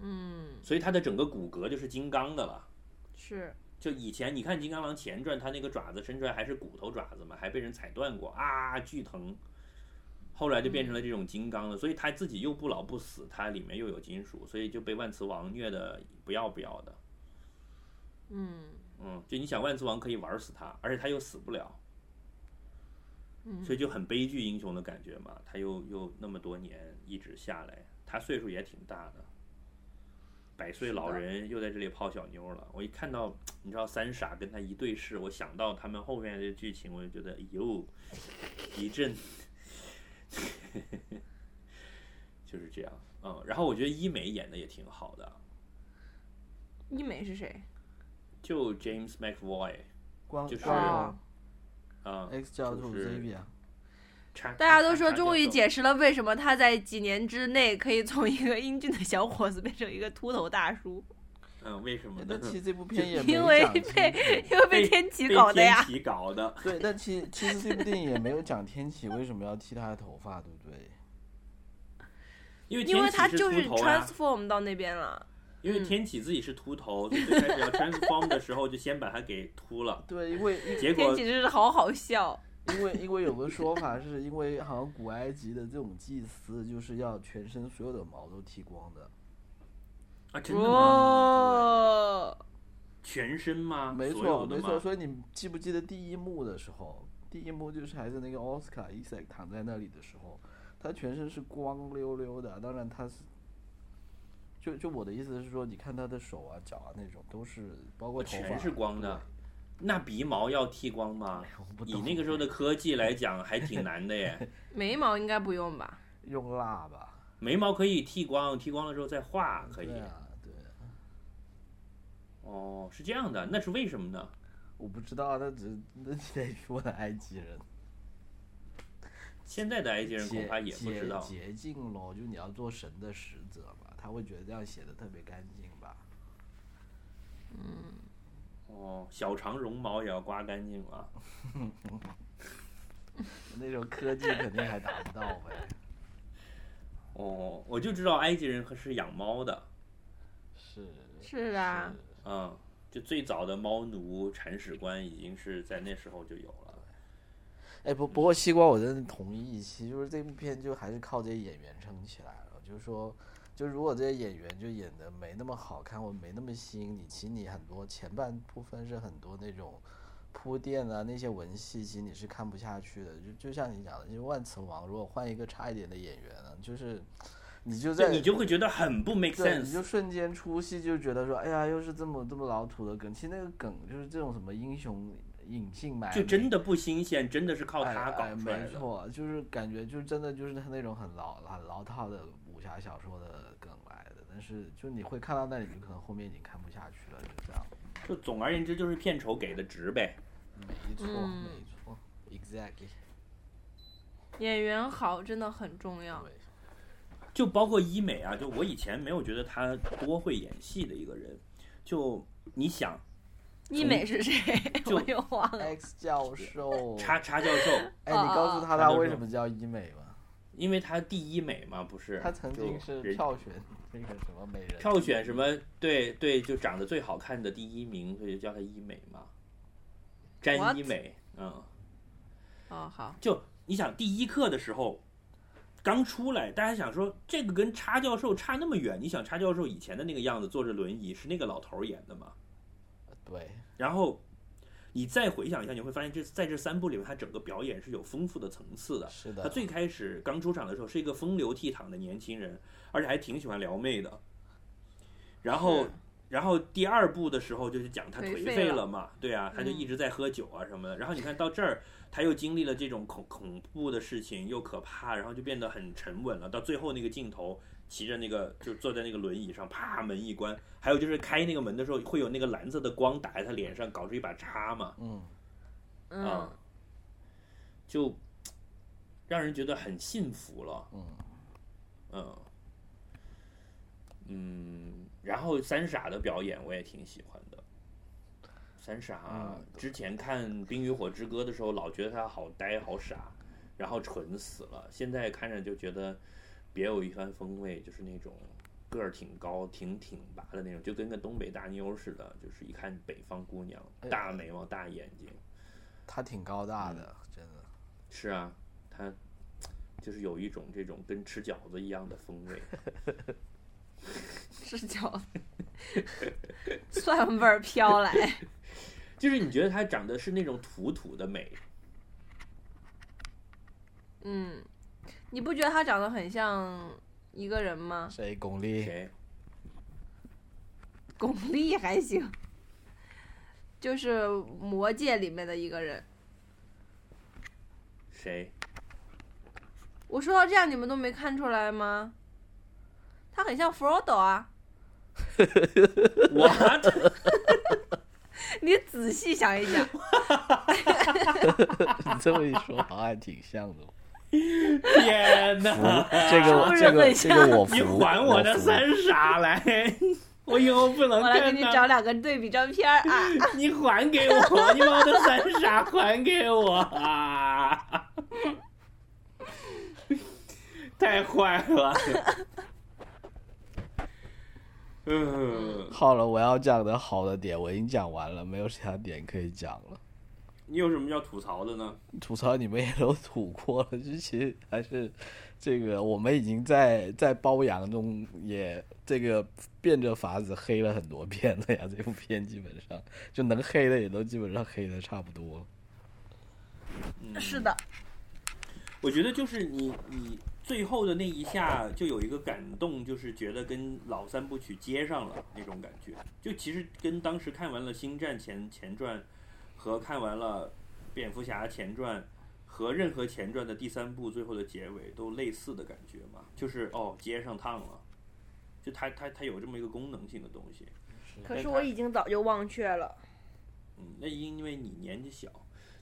Speaker 2: 嗯，
Speaker 1: 所以他的整个骨骼就是金刚的了。
Speaker 2: 是，
Speaker 1: 就以前你看《金刚狼前传》，他那个爪子伸出来还是骨头爪子嘛，还被人踩断过啊，巨疼。后来就变成了这种金刚的，所以他自己又不老不死，它里面又有金属，所以就被万磁王虐的不要不要的。
Speaker 2: 嗯
Speaker 1: 嗯，就你想万磁王可以玩死他，而且他又死不了，所以就很悲剧英雄的感觉嘛。他又又那么多年一直下来，他岁数也挺大的，百岁老人又在这里泡小妞了。我一看到你知道三傻跟他一对视，我想到他们后面的剧情，我就觉得哎呦一阵 就是这样。嗯，然后我觉得伊美演的也挺好的，
Speaker 2: 伊美是谁？
Speaker 1: 就 James McVoy，
Speaker 3: 光
Speaker 1: 就是啊
Speaker 2: 哦
Speaker 3: 光
Speaker 1: 嗯，
Speaker 3: X 教主
Speaker 1: 就是
Speaker 3: Zibi 啊，
Speaker 1: 大
Speaker 2: 大家都说，终于解释了为什么他在几年之内可以从一个英俊的小伙子变成一个秃头大叔，
Speaker 1: 嗯，为什么
Speaker 3: 哎
Speaker 1: 呢
Speaker 3: 但？其实这部片也没
Speaker 2: 因为
Speaker 3: 讲清
Speaker 2: 被
Speaker 3: 楚
Speaker 2: 因为被天启搞的呀
Speaker 1: 被。天启搞的，
Speaker 3: 对，但其其实这部电影也没有讲天启为什么要剃他的头发，对不对？
Speaker 1: 因为
Speaker 2: 因为他
Speaker 1: 天启
Speaker 2: 就是嗯
Speaker 1: 秃头啊，
Speaker 2: transform 到那边了，
Speaker 1: 因为天启自己是秃头，所以最开始要 transform 的时候就先把他给秃了，
Speaker 3: 对，因为
Speaker 1: 结
Speaker 2: 天
Speaker 1: 果
Speaker 2: 启真是好好笑。
Speaker 3: 因为因为有个说法是因为好像古埃及的这种祭司就是要全身所有的毛都剃光的，
Speaker 1: 啊，真的吗？
Speaker 2: 哦，
Speaker 1: 全身吗？
Speaker 3: 没
Speaker 1: 啊所有
Speaker 3: 错
Speaker 1: 的
Speaker 3: 没
Speaker 1: 吗
Speaker 3: 错。所以你记不记得第一幕的时候，第一幕就是还是那个奥斯卡伊塞躺在那里的时候，他全身是光溜溜的，当然他是。就就我的意思是说，你看他的手啊、脚啊那种都是，包括头发
Speaker 1: 全是光的，那鼻毛要剃光吗？
Speaker 3: 我不
Speaker 1: 以
Speaker 3: 懂
Speaker 1: 那个时候的科技来讲，还挺难的耶。
Speaker 2: 眉毛应该不用吧？
Speaker 3: 对用蜡吧，
Speaker 1: 眉毛可以剃光，剃光了之后再画可以
Speaker 3: 对。啊，对啊，
Speaker 1: 哦，是这样的，那是为什么呢？
Speaker 3: 我不知道，那只那你得问埃及人，
Speaker 1: 现在的埃及人恐
Speaker 3: 捷
Speaker 1: 怕也不知道。
Speaker 3: 捷捷径咯，就你要做神的使者嘛，他会觉得这样写的特别干净吧？
Speaker 1: 哦，小长绒毛也要刮干净啊。
Speaker 3: 那种科技肯定还达不到呗。
Speaker 1: 哦，我就知道埃及人可是养猫的，
Speaker 3: 是
Speaker 2: 是啊，
Speaker 1: 嗯，就最早的猫奴铲屎官已经是在那时候就有了。
Speaker 3: 哎，不不过西瓜，我真的同意一期，就是这部片就还是靠这些演员撑起来了。就是说，就如果这些演员就演的没那么好看，或没那么吸引你，其实你很多前半部分是很多那种铺垫啊，那些文戏，其实你是看不下去的。就就像你讲的，就是万磁王如果换一个差一点的演员呢，就是你就在
Speaker 1: 对，你就会觉得很不 make
Speaker 3: 对，你就
Speaker 1: sense。
Speaker 3: 瞬间出戏，就觉得说，哎呀，又是这么这么老土的梗。其实那个梗就是这种什么英雄隐姓埋
Speaker 1: 就
Speaker 3: 名
Speaker 1: 真的不新鲜，真的是靠他搞
Speaker 3: 哎哎。
Speaker 1: 出来
Speaker 3: 没
Speaker 1: 的。
Speaker 3: 错，就是感觉就是真的就是他那种很老很老套的武侠小说的梗来的，但是就你会看到那里，就可能后面已经看不下去了，就这样。
Speaker 1: 就总而言之，就是片酬给的值呗。
Speaker 3: 没错，
Speaker 2: 嗯
Speaker 3: 没错，exactly。
Speaker 2: 演员好真的很重要。
Speaker 3: 对，
Speaker 1: 就包括医美啊，就我以前没有觉得他多会演戏的一个人。就你想，
Speaker 3: 哦
Speaker 2: 医美是谁？
Speaker 1: 就
Speaker 2: 我又忘了。
Speaker 3: X 教授，
Speaker 1: 叉叉教授，
Speaker 3: 哎，你告诉他他
Speaker 1: 哦哦
Speaker 3: 为什么叫医美吗？
Speaker 1: 因为他第一美嘛，不是？
Speaker 3: 他曾经
Speaker 1: 就是人
Speaker 3: 票选那个什么美人，
Speaker 1: 票选什么？对对，就长得最好看的第一名，所以就叫他医美嘛。詹
Speaker 2: What？
Speaker 1: 医美，嗯，
Speaker 2: 哦，好，
Speaker 1: 就你想第一课的时候刚出来，大家想说这个跟叉教授差那么远，你想叉教授以前的那个样子，坐着轮椅是那个老头儿演的嘛？
Speaker 3: 对。
Speaker 1: 然后你再回想一下，你会发现这在这三部里面，他整个表演是有丰富的层次的。
Speaker 3: 是的，
Speaker 1: 他最开始刚出场的时候是一个风流倜傥的年轻人，而且还挺喜欢撩妹的。然后，然后第二部的时候就是讲他
Speaker 2: 颓
Speaker 1: 颓
Speaker 2: 废
Speaker 1: 废
Speaker 2: 了
Speaker 1: 了嘛，对啊，他就一直在喝酒啊什么的。然后你看到这儿，他又经历了这种恐恐怖的事情，又可怕，然后就变得很沉稳了。到最后那个镜头，骑着那个就坐在那个轮椅上，啪门一关，还有就是开那个门的时候会有那个蓝色的光打在他脸上，搞出一把叉嘛。
Speaker 3: 嗯，
Speaker 2: 嗯
Speaker 1: 啊，，就让人觉得很幸福了。
Speaker 3: 嗯
Speaker 1: 嗯嗯，然后三傻的表演我也挺喜欢的。三傻
Speaker 3: 嗯
Speaker 1: 之前看《冰与火之歌》的时候，老觉得他好呆好傻，然后蠢死了。现在看着就觉得别有一番风味，就是那种个儿挺高、挺挺拔的那种，就跟个东北大妞似的，就是一看北方姑娘，大眉毛、大眼睛。
Speaker 3: 他挺高大的，
Speaker 1: 嗯
Speaker 3: 真的。
Speaker 1: 是啊，他就是有一种这种跟吃饺子一样的风味。
Speaker 2: 吃饺子， 蒜味儿飘来。
Speaker 1: 就是你觉得她长得是那种土土的美，
Speaker 2: 嗯，你不觉得他长得很像一个人吗？
Speaker 3: 谁？巩俐。
Speaker 1: 谁？
Speaker 2: 巩俐还行，就是《魔戒》里面的一个人。
Speaker 1: 谁？
Speaker 2: 我说到这样，你们都没看出来吗？他很像 Frodo 啊。
Speaker 1: What？
Speaker 2: 你仔细想一想，
Speaker 3: 你这么一说，好像还挺像的。
Speaker 1: 天
Speaker 3: 服
Speaker 1: 哪！，
Speaker 3: 这个
Speaker 2: 是
Speaker 3: 这
Speaker 2: 不是很
Speaker 3: 个这个我服，
Speaker 1: 你还我的
Speaker 3: 服
Speaker 1: 三傻来！我以后不能
Speaker 2: 我来给
Speaker 1: 看
Speaker 2: 你
Speaker 1: 到
Speaker 2: 找两个对比照片儿啊。
Speaker 1: 你还给我，你把我的三傻还给我啊！太坏了。嗯，
Speaker 3: 好了，我要讲的好的点我已经讲完了，没有其他点可以讲了。
Speaker 1: 你有什么要吐槽的呢？
Speaker 3: 吐槽你们也都吐过了，就其实还是这个我们已经在在包养中也这个变着法子黑了很多遍了呀。这部片基本上就能黑的也都基本上黑的差不多了。
Speaker 2: 是的，
Speaker 1: 我觉得就是你你最后的那一下就有一个感动，就是觉得跟老三部曲接上了那种感觉。就其实跟当时看完了《星战前》前传和看完了《蝙蝠侠》前传和任何前传的第三部最后的结尾都类似的感觉嘛，就是哦接上趟了，就它它它有这么一个功能性的东西。
Speaker 2: 可是我已经早就忘却了。
Speaker 1: 嗯，那因为你年纪小，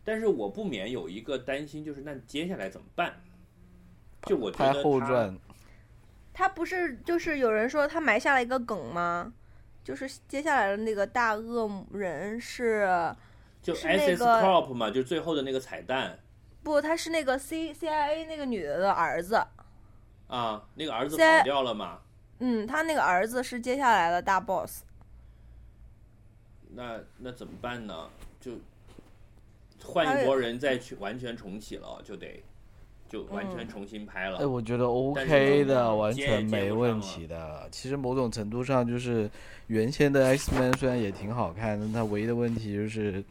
Speaker 1: 但是我不免有一个担心，就是那接下来怎么办？就我觉
Speaker 3: 拍
Speaker 1: 得
Speaker 3: 后
Speaker 1: 它
Speaker 3: 传，
Speaker 2: 他不是就是有人说他埋下了一个梗吗？就是接下来的那个大恶人是
Speaker 1: 就是
Speaker 2: 那
Speaker 1: SS
Speaker 2: 个
Speaker 1: Corp 嘛，就最后的那个彩蛋
Speaker 2: 不？他是那个 C C I A 那个女的的儿子。
Speaker 1: 啊，那个儿子
Speaker 2: 在
Speaker 1: 跑掉了嘛，
Speaker 2: 嗯，他那个儿子是接下来的大 boss。
Speaker 1: 那那怎么办呢？就换一拨人再去完全重启了，就得就完
Speaker 2: 嗯
Speaker 1: 全重新拍了。
Speaker 3: 哎，我觉得
Speaker 1: 但
Speaker 3: OK
Speaker 1: 是
Speaker 3: 的，
Speaker 1: 呢
Speaker 3: 完
Speaker 1: 接
Speaker 3: 全
Speaker 1: 也接
Speaker 3: 没
Speaker 1: 不
Speaker 3: 问
Speaker 1: 上
Speaker 3: 题的。其实某种程度上，就是原先的 X Man 虽然也挺好看，但它唯一的问题就是，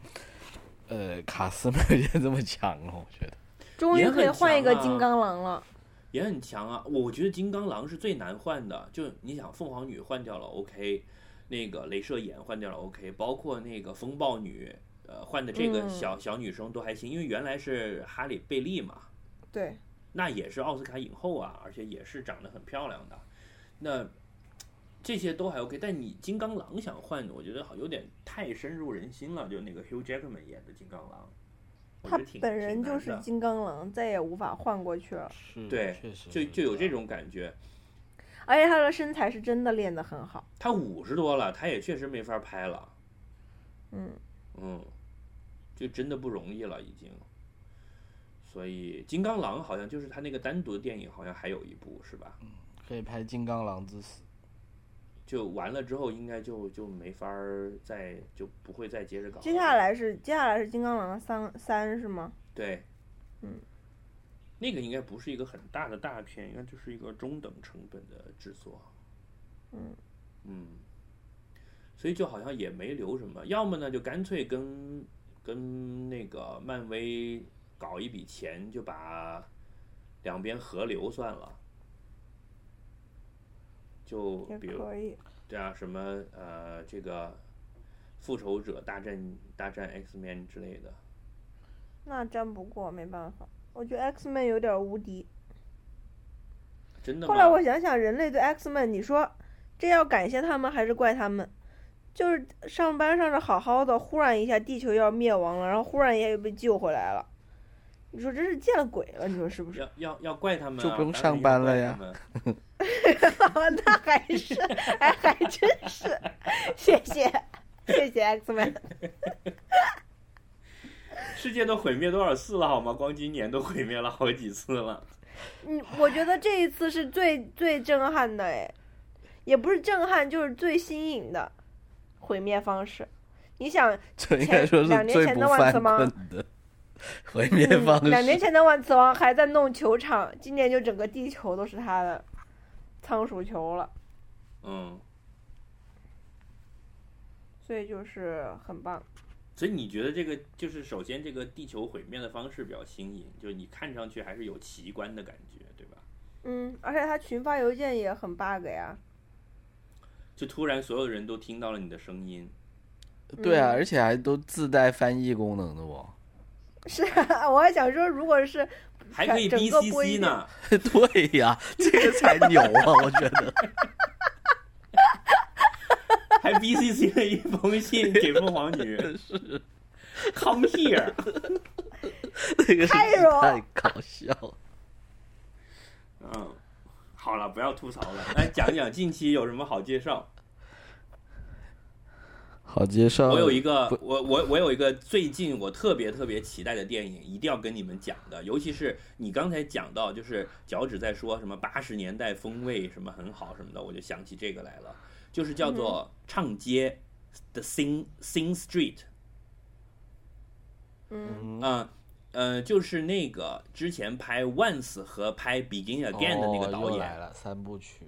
Speaker 3: 呃，卡斯没有以前这么强了。我觉得
Speaker 2: 终于可以换一个
Speaker 1: 也很强啊
Speaker 2: 金刚狼了。
Speaker 1: 也很强啊！我觉得金刚狼是最难换的，就你想凤凰女换掉了 OK，那个镭射眼换掉了 OK，包括那个风暴女，呃，换的这个
Speaker 2: 嗯
Speaker 1: 小、小女生都还行，因为原来是哈里贝利嘛，
Speaker 2: 对，
Speaker 1: 那也是奥斯卡影后啊，而且也是长得很漂亮的。那这些都还 OK，但你金刚狼想换，我觉得好有点太深入人心了。就那个 Hugh Jackman 演的金刚狼，我觉
Speaker 2: 他
Speaker 1: 得挺
Speaker 2: 本人
Speaker 1: 挺难
Speaker 2: 就是
Speaker 1: 的
Speaker 2: 金刚狼，再也无法换过去了。
Speaker 3: 是
Speaker 1: 对，就就
Speaker 3: 啊
Speaker 1: 有这种感觉。
Speaker 2: 而且他的身材是真的练得很好。
Speaker 1: 他五十多了，他也确实没法拍了。
Speaker 2: 嗯
Speaker 1: 嗯，就真的不容易了，已经。所以金刚狼好像就是他那个单独的电影，好像还有一部是吧？
Speaker 3: 可以拍《金刚狼之死
Speaker 1: 就完了之后，应该就就没法儿再就不会再接着搞。
Speaker 2: 接下来是接下来是金刚狼三三是吗？
Speaker 1: 对，
Speaker 2: 嗯，
Speaker 1: 那个应该不是一个很大的大片，应该就是一个中等成本的制作。啊
Speaker 2: 嗯
Speaker 1: 嗯，所以就好像也没留什么，要么呢就干脆跟跟那个漫威搞一笔钱，就把两边合流算了。就
Speaker 2: 也
Speaker 1: 比如
Speaker 2: 可以。
Speaker 1: 对啊，什么呃，这个复仇者大战大战 X Men 之类的，
Speaker 2: 那战不过，没办法。我觉得 X Man 有点无敌。
Speaker 1: 真的吗？
Speaker 2: 后来我想想，人类对 X Man，你说这要感谢他们还是怪他们？就是上班上着好好的，忽然一下地球要灭亡了，然后忽然也被救回来了。你说真是见了鬼了，你说是不是？
Speaker 1: 要要要怪他们、啊，
Speaker 3: 就不
Speaker 1: 当
Speaker 3: 用
Speaker 1: 然
Speaker 3: 上
Speaker 1: 要
Speaker 3: 班
Speaker 1: 怪
Speaker 3: 了
Speaker 1: 他
Speaker 3: 呀
Speaker 1: 们。
Speaker 2: 那还是，哎，还真是， 谢谢，谢谢 X Man。
Speaker 1: 世界都毁灭多少次了好吗？光今年都毁灭了好几次了。
Speaker 2: 嗯，我觉得这一次是最最震撼的哎，也不是震撼，就是最新颖的毁灭方式。你想，》，
Speaker 3: 这应该
Speaker 2: 前
Speaker 3: 说
Speaker 2: 两
Speaker 3: 是
Speaker 2: 年
Speaker 3: 最
Speaker 2: 前
Speaker 3: 不
Speaker 2: 的万
Speaker 3: 犯
Speaker 2: 磁王
Speaker 3: 困的毁
Speaker 5: 嗯
Speaker 3: 灭方式。
Speaker 2: 嗯两年前的万磁王还在弄球场，今年就整个地球都是他的仓鼠球了，
Speaker 1: 嗯，
Speaker 2: 所以就是很棒。
Speaker 1: 所以你觉得这个就是首先这个地球毁灭的方式比较新颖，就是你看上去还是有奇观的感觉，对吧？
Speaker 2: 嗯，而且他群发邮件也很 bug 呀。
Speaker 1: 就突然所有人都听到了你的声音，
Speaker 3: 对啊，
Speaker 2: 嗯
Speaker 3: 而且还都自带翻译功能的哦。
Speaker 2: 是 啊，我还想说，如果是
Speaker 1: 还可以
Speaker 2: 整个播音
Speaker 1: BCC 呢。
Speaker 3: 对呀、这个才牛啊！我觉得
Speaker 1: 还 BCC 了一封信给凤凰女人。Come here，
Speaker 3: 那个是
Speaker 5: 太弱
Speaker 3: 太搞笑了。
Speaker 1: 嗯，好了，不要吐槽了，来讲讲近期有什么好介绍。
Speaker 3: 好介绍，
Speaker 1: 我有一个
Speaker 3: 呃不，
Speaker 1: 我我我有一个最近我特别特别期待的电影，一定要跟你们讲的。尤其是你刚才讲到，就是脚趾在说什么八十年代风味什么很好什么的，我就想起这个来了，就是
Speaker 3: 嗯
Speaker 1: 叫做《唱街》The Sing Sing Street。
Speaker 5: 嗯，
Speaker 1: 嗯呃，就是那个之前拍《Once》和拍《Begin Again》的那个
Speaker 3: 哦
Speaker 1: 导
Speaker 3: 又
Speaker 1: 演，
Speaker 3: 来了，三部曲。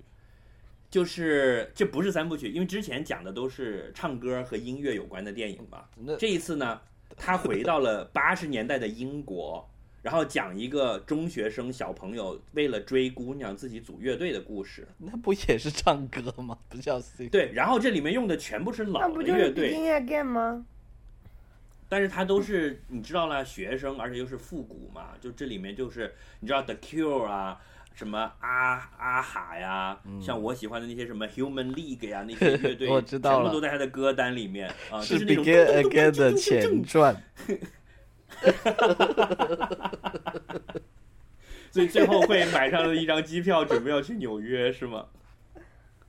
Speaker 1: 就是这不是三部曲，因为之前讲的都是唱歌和音乐有关的电影嘛。
Speaker 3: 那
Speaker 1: 这一次呢，他回到了八十年代的英国，然后讲一个中学生小朋友为了追姑娘自己组乐队的故事。
Speaker 3: 那不也是唱歌吗？不叫 sing。
Speaker 1: 对，然后这里面用的全部是老
Speaker 5: 那
Speaker 1: 的
Speaker 5: 不就
Speaker 1: 乐
Speaker 5: 是
Speaker 1: 队，
Speaker 5: Begin Again 吗？
Speaker 1: 但是他都是你知道啦，学生，而且又是复古嘛，就这里面就是你知道 The Cure 啊。什么阿阿哈呀，像我喜欢的那些什么 Human League 呀，那些乐队，
Speaker 3: 嗯 我知道了
Speaker 1: 全部都在他的歌单里面啊，就是是那种咚
Speaker 3: Begin
Speaker 1: 咚咚咚
Speaker 3: Again 的
Speaker 1: 咚咚咚咚
Speaker 3: 前传，
Speaker 1: 所以最后会买上了一张机票，准备要去纽约，是吗？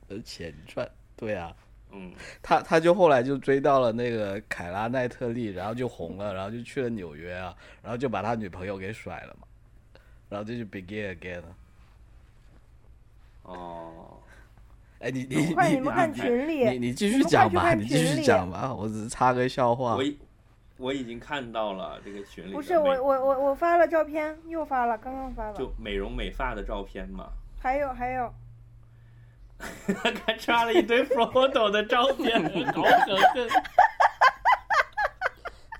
Speaker 3: 呃前传，对啊，
Speaker 1: 嗯，
Speaker 3: 他他就后来就追到了那个凯拉奈特利，然后就红了，然后就去了纽约啊，然后就把他女朋友给甩了嘛，然后这就 Begin Again 了。
Speaker 1: 哦，
Speaker 3: 哎，你你你
Speaker 5: 快，你们
Speaker 1: 你
Speaker 5: 看
Speaker 1: 你
Speaker 5: 群里，
Speaker 3: 你你继续讲吧，
Speaker 5: 你们快去看
Speaker 3: 你继
Speaker 5: 群
Speaker 3: 续
Speaker 5: 里
Speaker 3: 讲吧，我只是插个笑话
Speaker 1: 我。已我已经看到了这个群里的
Speaker 5: 不是我
Speaker 1: 美
Speaker 5: 我我我发了照片，又发了，刚刚发了，
Speaker 1: 就美容美发的照片嘛，
Speaker 5: 还有还有，
Speaker 1: 他还刷了一堆 Frodo 的照片， 好可恨。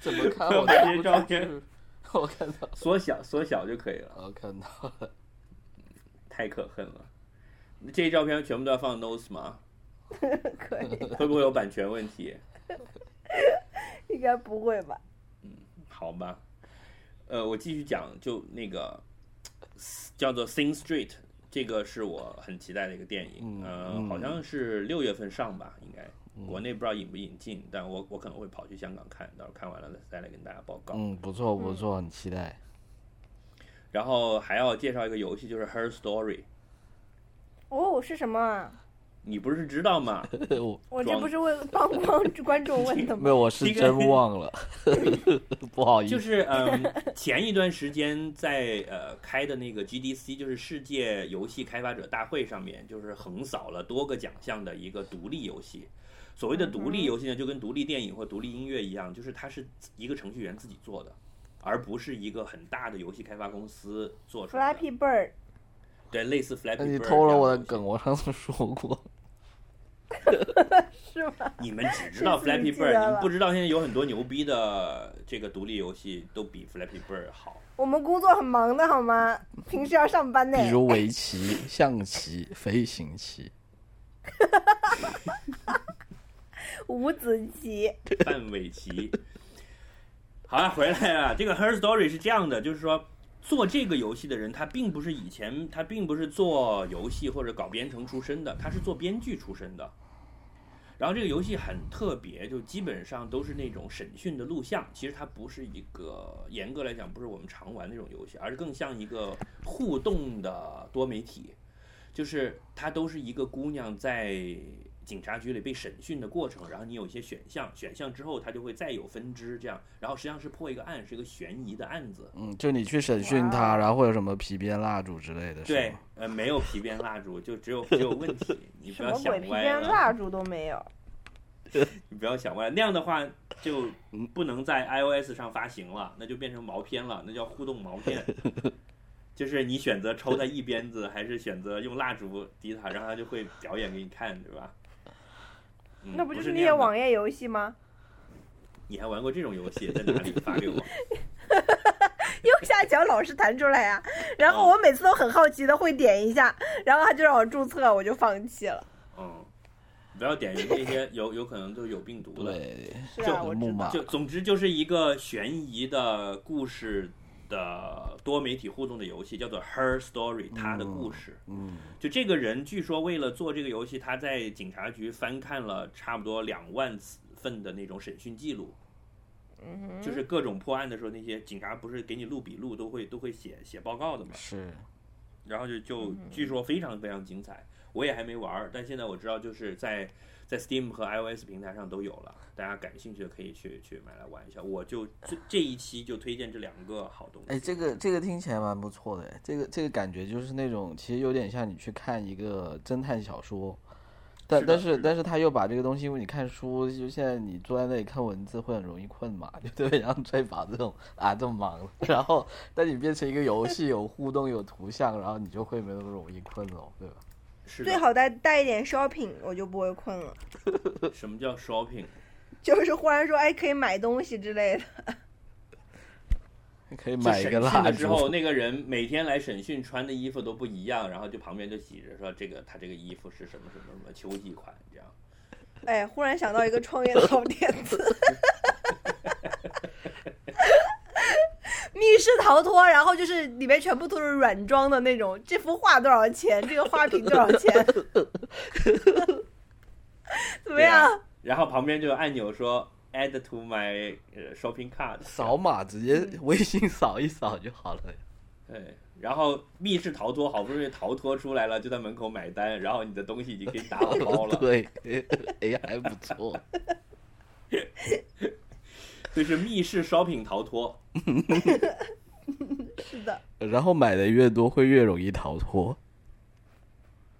Speaker 3: 怎么看
Speaker 1: 我都不知道是，
Speaker 3: 我看到，
Speaker 1: 缩小缩小就可以了，
Speaker 3: 我看到了，
Speaker 1: 太可恨了。这些照片全部都要放 Nose 吗？
Speaker 5: 可以，
Speaker 1: 会不会有版权问题？
Speaker 5: 应该不会吧？
Speaker 1: 好吧，呃，我继续讲，就那个叫做《Sing Street》，这个是我很期待的一个电影，
Speaker 3: 嗯
Speaker 1: 呃，
Speaker 3: 嗯
Speaker 1: 好像是六月份上吧，应该国内不知道引不引进，但我我可能会跑去香港看，到时候看完了再来跟大家报告。
Speaker 3: 嗯，不错不错，很期待。
Speaker 1: 然后还要介绍一个游戏，就是《Her Story》，
Speaker 5: 哦，是什么啊？
Speaker 1: 你不是知道吗？
Speaker 3: 我
Speaker 5: 我这
Speaker 1: 装
Speaker 5: 不是问 帮光观众问的
Speaker 3: 没
Speaker 5: 吗？
Speaker 3: 有，我是真忘了，不好意
Speaker 1: 就
Speaker 3: 思。
Speaker 1: 是嗯， 前一段时间在呃开的那个 GDC，就是世界游戏开发者大会上面，就是横扫了多个奖项的一个独立游戏。所谓的独
Speaker 5: 嗯
Speaker 1: 立游戏呢，就跟独立电影或独立音乐一样，就是它是一个程序员自己做的，而不是一个很大的游戏开发公司做出来的。
Speaker 5: Flappy Bird，
Speaker 1: 对，类似 Flappy。
Speaker 3: 那你偷了我的梗，，我上次说过。
Speaker 1: 你们只知道
Speaker 5: 这次你
Speaker 1: Flappy
Speaker 5: 记得
Speaker 1: Bird，你们
Speaker 5: 了
Speaker 1: 不知道现在有很多牛逼的这个独立游戏都比 Flappy Bird 好。
Speaker 5: 我们工作很忙的好吗？平时要上班呢。
Speaker 3: 嗯比如围棋、象棋、飞行棋，
Speaker 5: 五子棋，
Speaker 1: 范玮琪。好了，回来了。这个 Her Story 是这样的，就是说做这个游戏的人，他并不是以前他并不是做游戏或者搞编程出身的，他是做编剧出身的。然后这个游戏很特别，就基本上都是那种审讯的录像。其实它不是一个严格来讲不是我们常玩那种游戏，而是更像一个互动的多媒体。就是它都是一个姑娘在警察局里被审讯的过程，然后你有一些选项，选项之后它就会再有分支这样，然后实际上是破一个案，是一个悬疑的案子。
Speaker 3: 嗯，就你去审讯他，然后会有什么皮鞭蜡烛之类的，是
Speaker 1: 对
Speaker 3: 吗，
Speaker 1: 呃，没有皮鞭蜡烛，就只有只有问题，你不
Speaker 5: 什
Speaker 1: 要
Speaker 5: 么
Speaker 1: 想
Speaker 5: 鬼皮
Speaker 1: 歪
Speaker 5: 鞭
Speaker 1: 了，
Speaker 5: 蜡烛都没有。
Speaker 1: 你不要想歪了，那样的话就不能在 iOS 上发行了，那就变成毛片了，那叫互动毛片。 就是你选择抽他一鞭子，还是选择用蜡烛滴他，然后他就会表演给你看，对吧？嗯
Speaker 5: 那不
Speaker 1: 不
Speaker 5: 就是那
Speaker 1: 那
Speaker 5: 些
Speaker 1: 样的
Speaker 5: 网页游戏吗？
Speaker 1: 你还玩过这种游戏？在哪里发给我？
Speaker 5: 右下角老是弹出来呀、然
Speaker 1: 嗯
Speaker 5: 后我每次都很好奇的会点一下，然后他就让我注册，我就放弃了。
Speaker 1: 嗯，不要点那些有有可能都是有病毒的。
Speaker 3: 对，
Speaker 5: 是
Speaker 1: 就
Speaker 5: 啊，我
Speaker 3: 木
Speaker 5: 知
Speaker 3: 马
Speaker 5: 道。
Speaker 1: 就总之就是一个悬疑的故事的多媒体互动的游戏，叫做《Her Story》，她的故事。
Speaker 3: 嗯，
Speaker 1: 就这个人，据说为了做这个游戏，他在警察局翻看了差不多两万份的那种审讯记录。
Speaker 3: 嗯
Speaker 2: 嗯
Speaker 1: 就是各种破案的时候，那些警察不是给你录笔录，都会都会写写报告的嘛。
Speaker 3: 是，
Speaker 1: 然后就
Speaker 2: 嗯
Speaker 1: 就据说非常非常精彩，我也还没玩儿，但现在我知道就是在在 Steam 和 iOS 平台上都有了，大家感兴趣的可以去去买来玩一下。我就这这一期就推荐这两个好东西。
Speaker 3: 哎，这个这个听起来蛮不错的，哎，这个这个感觉就是那种，其实有点像你去看一个侦探小说，但
Speaker 1: 是的
Speaker 3: 但
Speaker 1: 是
Speaker 3: 是
Speaker 1: 的
Speaker 3: 但是他又把这个东西，因为你看书，就现在你坐在那里看文字会很容易困嘛，就特别像吹把这种啊这么忙了， 然后但你变成一个游戏，有互动有图像，然后你就会没那么容易困了，对吧？
Speaker 1: 是
Speaker 2: 最
Speaker 1: 的，
Speaker 2: 好带带一点 shopping，我就不会困了。
Speaker 1: 什么叫 shopping？
Speaker 2: 就是忽然说，哎，可以买东西之类的。
Speaker 3: 可以
Speaker 1: 就
Speaker 3: 买一
Speaker 1: 审
Speaker 3: 个
Speaker 1: 讯
Speaker 3: 蜡
Speaker 1: 了之后，
Speaker 3: 烛，
Speaker 1: 那个人每天来审讯穿的衣服都不一样，然后就旁边就写着说这个他这个衣服是什么什么什么秋季款这样。
Speaker 2: 哎，忽然想到一个创业的好点子，密室逃脱，然后就是里面全部都是软装的那种，这幅画多少钱？这个花瓶多少钱？ 怎么
Speaker 3: 啊
Speaker 2: 样？
Speaker 1: 啊然后旁边就有按钮说 add to my 呃 shopping cart。
Speaker 3: 扫码直接微信扫一扫就好了。
Speaker 1: 对，哎然后密室逃脱好不容易逃脱出来了，就在门口买单，然后你的东西已经给你打好包了。
Speaker 3: 对，哎，还不 错。
Speaker 1: 就是密室 shopping 逃脱，
Speaker 2: 是的，
Speaker 3: 然后买的越多，会越容易逃脱，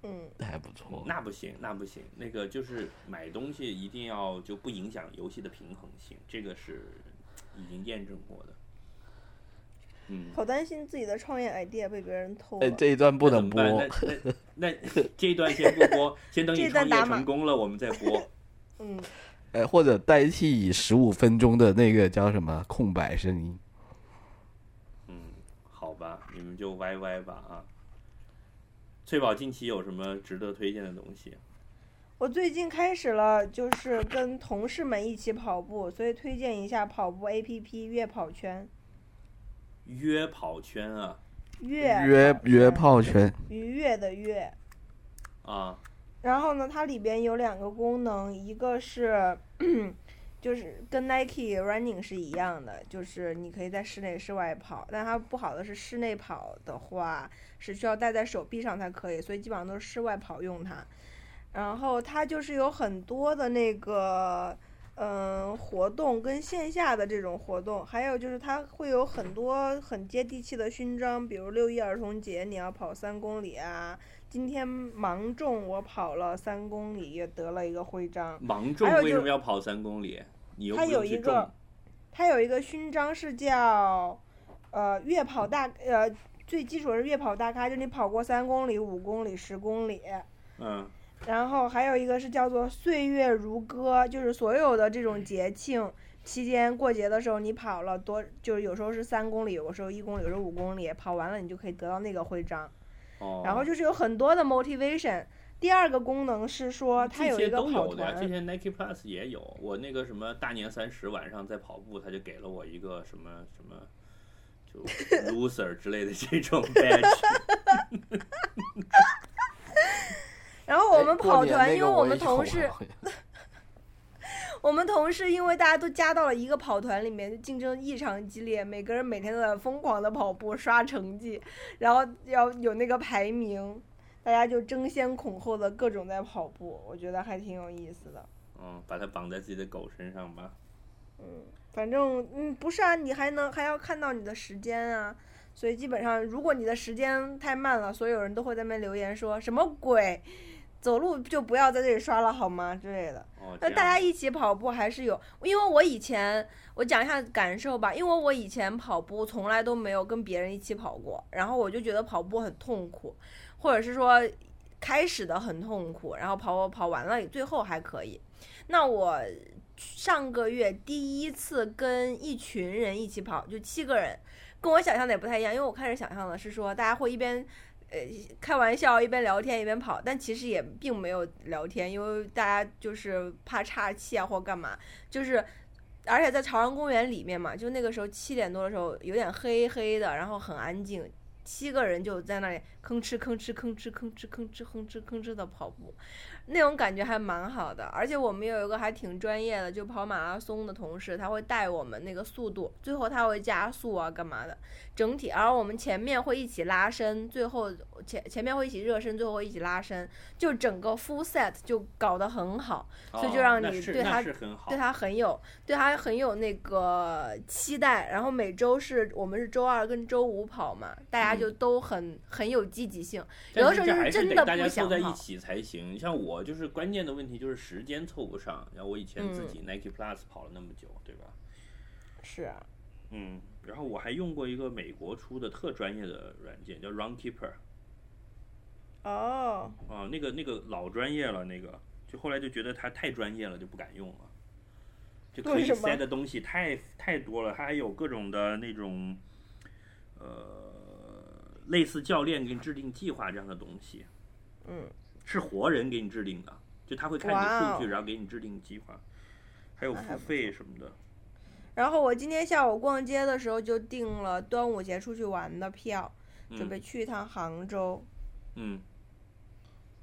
Speaker 2: 嗯，
Speaker 3: 还不错。哎
Speaker 1: 那不行，那不行，那个就是买东西一定要就不影响游戏的平衡性，这个是已经验证过的。嗯，
Speaker 2: 好担心自己的创业 idea 被别人偷
Speaker 3: 哎，
Speaker 2: 了。
Speaker 3: 这一段不能播
Speaker 1: 那，怎么办那 那那这一段先不播，先等
Speaker 2: 这
Speaker 1: 你
Speaker 2: 一段
Speaker 1: 创业
Speaker 2: 打码
Speaker 1: 成功了，我们再播。
Speaker 2: 嗯，
Speaker 3: 哎，或者代替以十五分钟的那个叫什么空白声音。
Speaker 1: 嗯，好吧，你们就歪歪吧啊。翠宝近期有什么值得推荐的东西？
Speaker 2: 我最近开始了，就是跟同事们一起跑步，所以推荐一下跑步 APP 悦跑圈。
Speaker 1: 约跑圈啊
Speaker 2: 悦
Speaker 3: 约约
Speaker 2: 圈
Speaker 3: 炮圈，
Speaker 2: 愉悦的悦。
Speaker 1: 啊，
Speaker 2: 然后呢，它里边有两个功能，一个是就是跟 Nike Running 是一样的，就是你可以在室内、室外跑。但它不好的是，室内跑的话是需要戴在手臂上才可以，所以基本上都是室外跑用它。然后它就是有很多的那个嗯活动跟线下的这种活动，还有就是它会有很多很接地气的勋章，比如六一儿童节你要跑三公里啊，今天芒种我跑了三公里也得了一个徽章。
Speaker 1: 芒种
Speaker 2: 还有就
Speaker 1: 为什么要跑三公里？你又不
Speaker 2: 它有
Speaker 1: 用去
Speaker 2: 一个
Speaker 1: 种
Speaker 2: 它有一个勋章是叫，呃，月跑大呃最基础的是月跑大咖，就你跑过三公里、五公里、十公里，
Speaker 1: 嗯，
Speaker 2: 然后还有一个是叫做岁月如歌，就是所有的这种节庆期间过节的时候，你跑了多，就是有时候是三公里，有时候一公里，有时候五公里，跑完了你就可以得到那个徽章。
Speaker 1: 哦，
Speaker 2: 然后就是有很多的 motivation。第二个功能是说它
Speaker 1: 这
Speaker 2: 一
Speaker 1: 些
Speaker 2: 个
Speaker 1: 都
Speaker 2: 跑
Speaker 1: 有的
Speaker 2: 团
Speaker 1: 呀，，这些 Nike Plus 也有。我那个什么大年三十晚上在跑步，他就给了我一个什么什么。就 loser 之类的这种 badge，
Speaker 2: 然后我
Speaker 3: 哎
Speaker 2: 们
Speaker 3: 过
Speaker 2: 跑
Speaker 3: 年
Speaker 2: 团，
Speaker 3: 那
Speaker 2: 因为
Speaker 3: 个
Speaker 2: 我
Speaker 3: 也
Speaker 2: 们同
Speaker 3: 有
Speaker 2: 事
Speaker 3: 好像
Speaker 2: 我们同事因为大家都加到了一个跑团里面，就竞争异常激烈，每个人每天都在疯狂的跑步刷成绩，然后要有那个排名，大家就争先恐后的各种在跑步，我觉得还挺有意思的。
Speaker 1: 嗯，把它绑在自己的狗身上吧。
Speaker 2: 反正嗯，不是啊，你还能还要看到你的时间啊，所以基本上如果你的时间太慢了，所有人都会在那边留言说什么鬼，走路就不要在这里刷了好吗之类的。
Speaker 1: 哦，
Speaker 2: 那
Speaker 1: 这
Speaker 2: 大
Speaker 1: 样
Speaker 2: 家一起跑步还是有，因为我以前我讲一下感受吧，因为我以前跑步从来都没有跟别人一起跑过，然后我就觉得跑步很痛苦，或者是说开始的很痛苦，然后跑跑跑完了，最后还可以。那我上个月第一次跟一群人一起跑，就七个人，跟我想象的也不太一样，因为我开始想象的是说大家会一边。呃，开玩笑，一边聊天一边跑，但其实也并没有聊天，因为大家就是怕岔气啊或干嘛，就是而且在朝阳公园里面嘛，就那个时候七点多的时候，有点黑黑的，然后很安静，七个人就在那里吭哧吭哧吭哧吭哧吭哧吭哧吭哧的跑步，那种感觉还蛮好的。而且我们有一个还挺专业的，就跑马拉松的同事，他会带我们那个速度，最后他会加速啊，干嘛的。整体，而我们前面会一起拉伸，最后前前面会一起热身，最后会一起拉伸，就整个 full set 就搞得很好。所以就让
Speaker 1: 哦那
Speaker 2: 你
Speaker 1: 是
Speaker 2: 对
Speaker 1: 那
Speaker 2: 他
Speaker 1: 是很好，
Speaker 2: 对他很有对他很有那个期待。然后每周是我们是周二跟周五跑嘛，大家就都很、很有积极性。有的
Speaker 1: 嗯但
Speaker 2: 时
Speaker 1: 是
Speaker 2: 候
Speaker 1: 这
Speaker 2: 就是
Speaker 1: 还是
Speaker 2: 真
Speaker 1: 得
Speaker 2: 的
Speaker 1: 大
Speaker 2: 不
Speaker 1: 家凑
Speaker 2: 想
Speaker 1: 在一
Speaker 2: 跑
Speaker 1: 起才行。你像我，就是关键的问题就是时间凑不上。然后我以前自己
Speaker 2: 嗯
Speaker 1: Nike Plus 跑了那么久，对吧？
Speaker 2: 是啊，
Speaker 1: 嗯，然后我还用过一个美国出的特专业的软件，叫 Runkeeper
Speaker 2: 哦，
Speaker 1: 啊，那个那个老专业了，那个就后来就觉得它太专业了，就不敢用了。就可
Speaker 2: 为
Speaker 1: 以
Speaker 2: 什么
Speaker 1: 塞的东西太太多了，它还有各种的那种，呃，类似教练给你制定计划这样的东西。
Speaker 2: 嗯，
Speaker 1: 是活人给你制定的，就他会看你
Speaker 2: 哇
Speaker 1: 的
Speaker 2: 哦
Speaker 1: 数据，然后给你制定计划，还有
Speaker 2: 那还
Speaker 1: 付
Speaker 2: 不
Speaker 1: 费什么的。嗯
Speaker 2: 然后我今天下午逛街的时候就订了端午节出去玩的票，准备
Speaker 1: 嗯
Speaker 2: 去一趟杭州，
Speaker 1: 嗯，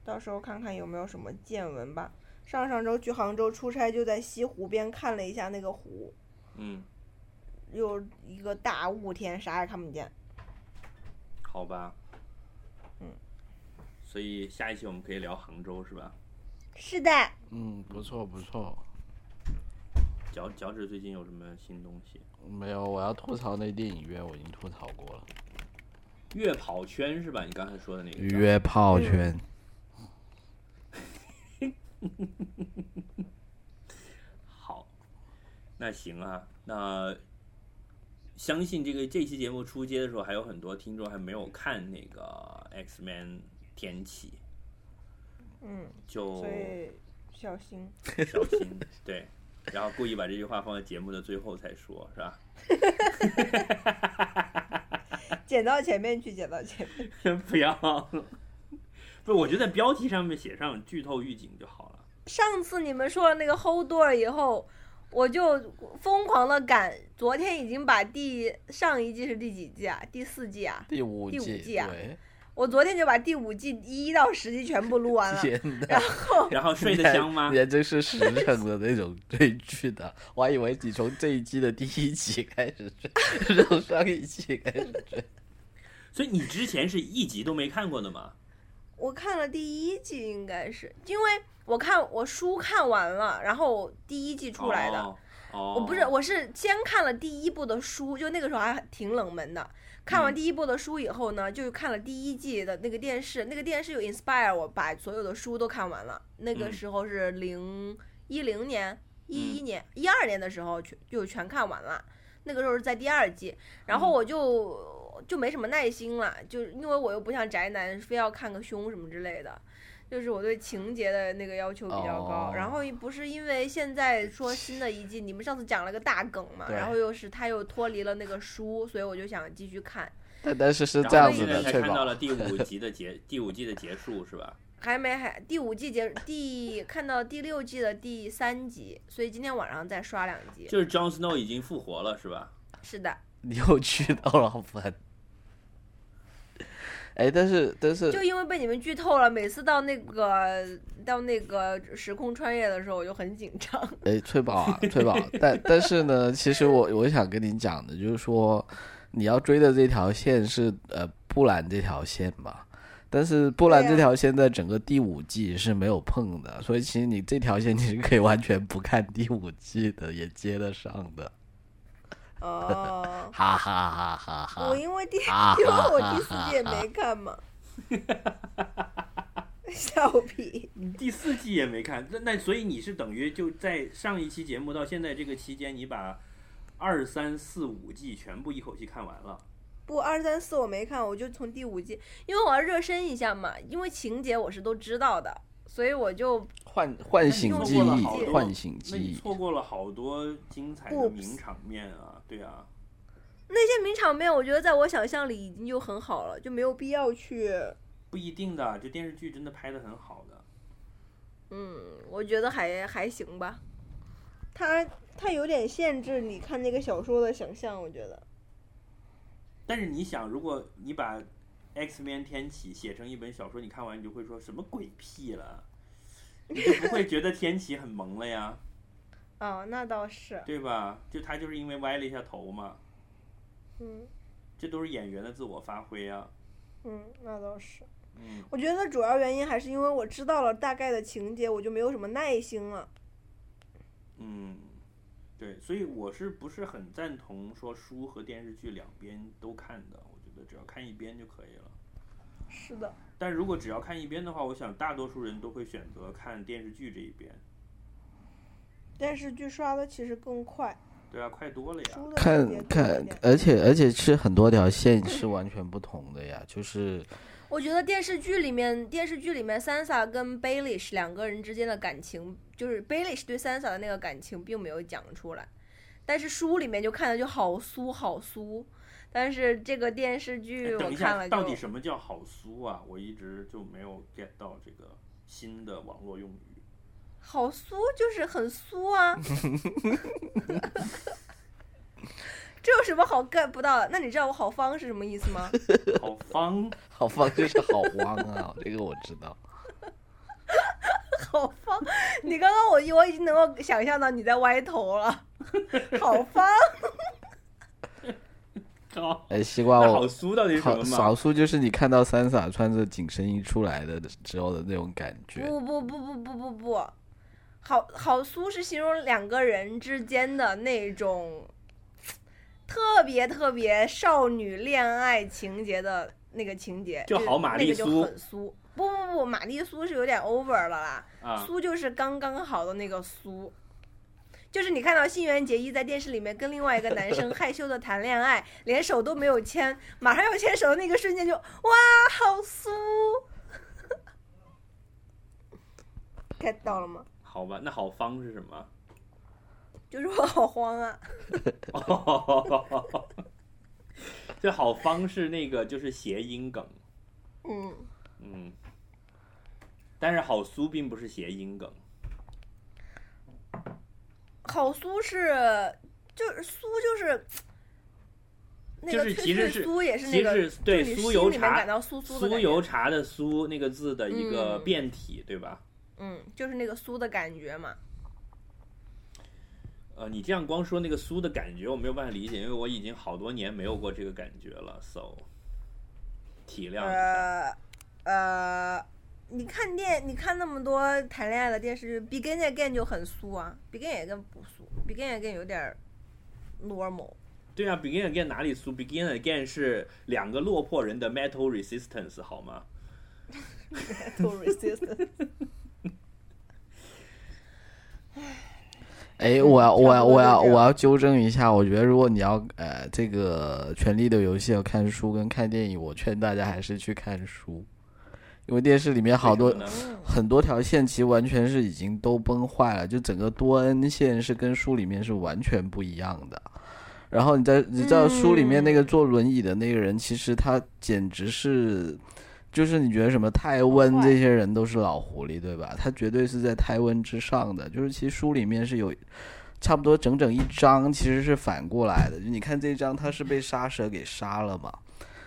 Speaker 2: 到时候看看有没有什么见闻吧。上上周去杭州出差，就在西湖边看了一下那个湖，
Speaker 1: 嗯，
Speaker 2: 又一个大雾天，啥也看不见。
Speaker 1: 好吧。
Speaker 2: 嗯，
Speaker 1: 所以下一期我们可以聊杭州是吧？
Speaker 2: 是的，
Speaker 3: 嗯，不错不错。
Speaker 1: 脚脚趾最近有什么新东西？
Speaker 3: 没有，我要吐槽那电影院，我已经吐槽过了。
Speaker 1: 月跑圈是吧？你刚才说的那个叫
Speaker 3: 约炮圈，
Speaker 1: 好，那行啊，那相信这个这期节目出街的时候，还有很多听众还没有看那个 X Man 天启，
Speaker 2: 嗯，
Speaker 1: 就
Speaker 2: 所以小心。
Speaker 1: 小心，对，然后故意把这句话放在节目的最后才说，是吧？
Speaker 2: 剪到前面去，剪到前面。
Speaker 1: 不要，不，我觉得在标题上面写上剧透预警就好了。
Speaker 2: 上次你们说了那个 hold door 以后，我就疯狂的赶。昨天已经把第上一季是第几季啊？第四季啊？
Speaker 3: 第五
Speaker 2: 第五
Speaker 3: 季
Speaker 2: 季啊
Speaker 3: 对，
Speaker 2: 我昨天就把第五季一到十集全部录完了。
Speaker 3: 天哪！
Speaker 1: 然后睡得 香吗
Speaker 3: 你？还真是实诚的那种追剧的， 我还以为你从这一季的第一集开始追， 从上一季开始追。
Speaker 1: 所以你之前是一集都没看过的吗？
Speaker 2: 我看了第一季，应该是因为我看我书看完了，然后第一季出来的。
Speaker 1: 哦，哦
Speaker 2: 我不是，我是先看了第一部的书，就那个时候还挺冷门的。看完
Speaker 1: 嗯
Speaker 2: 第一部的书以后呢，就看了第一季的那个电视，那个电视有 inspire 我把所有的书都看完了。那个
Speaker 1: 嗯
Speaker 2: 时候是零一零年、一一年、一二年的时候全就全看完了。那个时候是在第二季，然后
Speaker 1: 嗯
Speaker 2: 我就就没什么耐心了，就是因为我又不像宅男非要看个胸什么之类的。就是我对情节的那个要求比较高
Speaker 3: 哦
Speaker 2: 然后不是因为现在说新的一季，你们上次讲了个大梗嘛，
Speaker 3: 对
Speaker 2: 然后又是他又脱离了那个书，所以我就想继续看，
Speaker 3: 但但是是
Speaker 1: 然后
Speaker 3: 这样子
Speaker 1: 现在
Speaker 3: 的，
Speaker 1: 才
Speaker 3: 翠
Speaker 1: 看到
Speaker 3: 宝
Speaker 1: 了，第五集的结，第五季的结束是吧？
Speaker 2: 还没还第五季结第看到第六季的第三集，所以今天晚上再刷两集。
Speaker 1: 就是 Jon Snow 已经复活了是吧？
Speaker 2: 是的，
Speaker 3: 你又去到了分。哎，但是但是
Speaker 2: 就因为被你们剧透了，每次到那个到那个时空穿越的时候，我就很紧张。
Speaker 3: 哎，翠宝啊，翠 宝，但但是呢，其实我我想跟你讲的就是说，你要追的这条线是呃布兰这条线嘛，但是布兰
Speaker 2: 对啊
Speaker 3: 这条线在整个第五季是没有碰的，所以其实你这条线你是可以完全不看第五季的，也接得上的，
Speaker 2: 哦，
Speaker 3: 哈哈哈哈哈
Speaker 2: 我。因为第
Speaker 3: 哈
Speaker 2: 因为我
Speaker 3: 啊
Speaker 2: 第四季也没看嘛，笑屁。
Speaker 1: 你第四季也没看，那那所以你是等于就在上一期节目到现在这个期间，你把二三四五季全部一口气看完了。
Speaker 2: 不，二三四我没看，我就从第五季，因为我要热身一下嘛，因为情节我是都知道的，所以我就
Speaker 3: 唤唤醒
Speaker 1: 错
Speaker 3: 记
Speaker 1: 过了
Speaker 3: 忆
Speaker 1: 好多，
Speaker 3: 唤醒
Speaker 1: 那
Speaker 3: 记
Speaker 1: 你
Speaker 3: 忆。
Speaker 1: 错过了好多精彩的
Speaker 2: Oops
Speaker 1: 名场面啊，对啊，
Speaker 2: 那些名场面，我觉得在我想象里已经就很好了，就没有必要去，
Speaker 1: 不一定的，这电视剧真的拍的很好的。
Speaker 2: 嗯，我觉得还还行吧。
Speaker 6: 它它有点限制你看那个小说的想象，我觉得。
Speaker 1: 但是你想，如果你把《X Men 天启》写成一本小说，你看完你就会说什么鬼屁了，你就不会觉得天启很萌了呀，
Speaker 6: 哦，那倒是，
Speaker 1: 对吧？就他就是因为歪了一下头嘛，
Speaker 6: 嗯
Speaker 1: 这都是演员的自我发挥啊。
Speaker 6: 嗯，那倒是。
Speaker 1: 嗯，
Speaker 6: 我觉得主要原因还是因为我知道了大概的情节，我就没有什么耐心了。
Speaker 1: 嗯，对，所以我是不是很赞同说书和电视剧两边都看的？我觉得只要看一边就可以了。
Speaker 6: 是的，
Speaker 1: 但如果只要看一边的话，我想大多数人都会选择看电视剧这一边，
Speaker 6: 电视剧刷的其实更快，
Speaker 1: 对啊，快多了呀。
Speaker 6: 书的
Speaker 3: 看
Speaker 6: 情节多一
Speaker 3: 看
Speaker 6: 点，
Speaker 3: 而且而且是很多条线是完全不同的呀，就是
Speaker 2: 我觉得电视剧里面，电视剧里面 Sansa 跟 Baelish 两个人之间的感情，就是 Baelish 对 Sansa 的那个感情并没有讲出来，但是书里面就看的就好酥好酥，但是这个电视剧
Speaker 1: 哎等
Speaker 2: 我
Speaker 1: 一
Speaker 2: 看
Speaker 1: 下，
Speaker 2: 了
Speaker 1: 到底
Speaker 2: 就
Speaker 1: 什么叫好酥啊？我一直就没有 get 到这个新的网络用语。
Speaker 2: 好酥，就是很酥 啊，这有什么好 get 不到的？那你知道我好方是什么意思吗？
Speaker 1: 好方，
Speaker 3: 好方就是好汪啊，这个我知道。
Speaker 2: 好方，你刚刚我我已经能够想象到你在歪头了，好方。
Speaker 1: 好，
Speaker 3: 哎，西瓜，
Speaker 1: 那好
Speaker 3: 我
Speaker 1: 酥到底是什
Speaker 3: 好
Speaker 1: 么嘛
Speaker 3: 少？数就是你看到三傻穿着紧身衣出来的之后的那种感觉，
Speaker 2: 不不不不不不不，好好酥是形容两个人之间的那种特别特别少女恋爱情节的那个情节，
Speaker 1: 就好玛丽
Speaker 2: 那
Speaker 1: 苏
Speaker 2: 个就很酥。不不不，玛丽苏是有点 over 了啦，
Speaker 1: 啊，
Speaker 2: 苏就是刚刚好的那个苏。就是你看到新垣结衣在电视里面跟另外一个男生害羞的谈恋爱，连手都没有牵，马上要牵手的那个瞬间就哇，好 酥！
Speaker 6: get 到了吗？
Speaker 1: 好吧，那好方是什么？
Speaker 2: 就是我好慌啊。
Speaker 1: 哦， 这好方是那个就是谐音梗，
Speaker 6: 嗯，
Speaker 1: 嗯，但是好酥并不是谐音梗，
Speaker 2: 好酥是，就是酥就是，那
Speaker 1: 就
Speaker 2: 个
Speaker 1: 是
Speaker 2: 脆
Speaker 1: 其实
Speaker 2: 脆
Speaker 1: 是
Speaker 2: 酥也是
Speaker 1: 其
Speaker 2: 那个，
Speaker 1: 实是对
Speaker 2: 就你
Speaker 1: 酥
Speaker 2: 心
Speaker 1: 油
Speaker 2: 里面感
Speaker 1: 茶
Speaker 2: 到酥酥的感
Speaker 1: 酥
Speaker 2: 觉
Speaker 1: 油，茶的酥那个字的一个
Speaker 2: 嗯
Speaker 1: 变体，对吧？
Speaker 2: 嗯，就是那个酥的感觉嘛。
Speaker 1: 呃，你这样光说那个酥的感觉，我没有办法理解，因为我已经好多年没有过这个感觉了，so 体谅一下。
Speaker 2: 呃呃，你看电，你看那么多谈恋爱的电视剧，《Begin Again》就很酥啊，《Begin Again》不酥，《Begin Again》有点儿 normal。
Speaker 1: 对啊，begin again 哪里酥？begin again 是两个落魄人的 metal resistance 好吗？
Speaker 6: 都 resist。
Speaker 3: 哎，我要我要
Speaker 6: 差不多
Speaker 3: 我要
Speaker 6: 就这样
Speaker 3: 我要纠正一下，我觉得如果你要呃这个《权力的游戏》要看书跟看电影，我劝大家还是去看书，因为电视里面好多
Speaker 1: 为什么呢
Speaker 3: 很多条线其实完全是已经都崩坏了，就整个多恩线是跟书里面是完全不一样的。然后你在你知道书里面那个坐轮椅的那个人，其实他简直是，就是你觉得什么泰温这些人都是老狐狸对吧？他绝对是在泰温之上的，就是其实书里面是有。差不多整整一章其实是反过来的，就你看这一章他是被杀蛇给杀了嘛，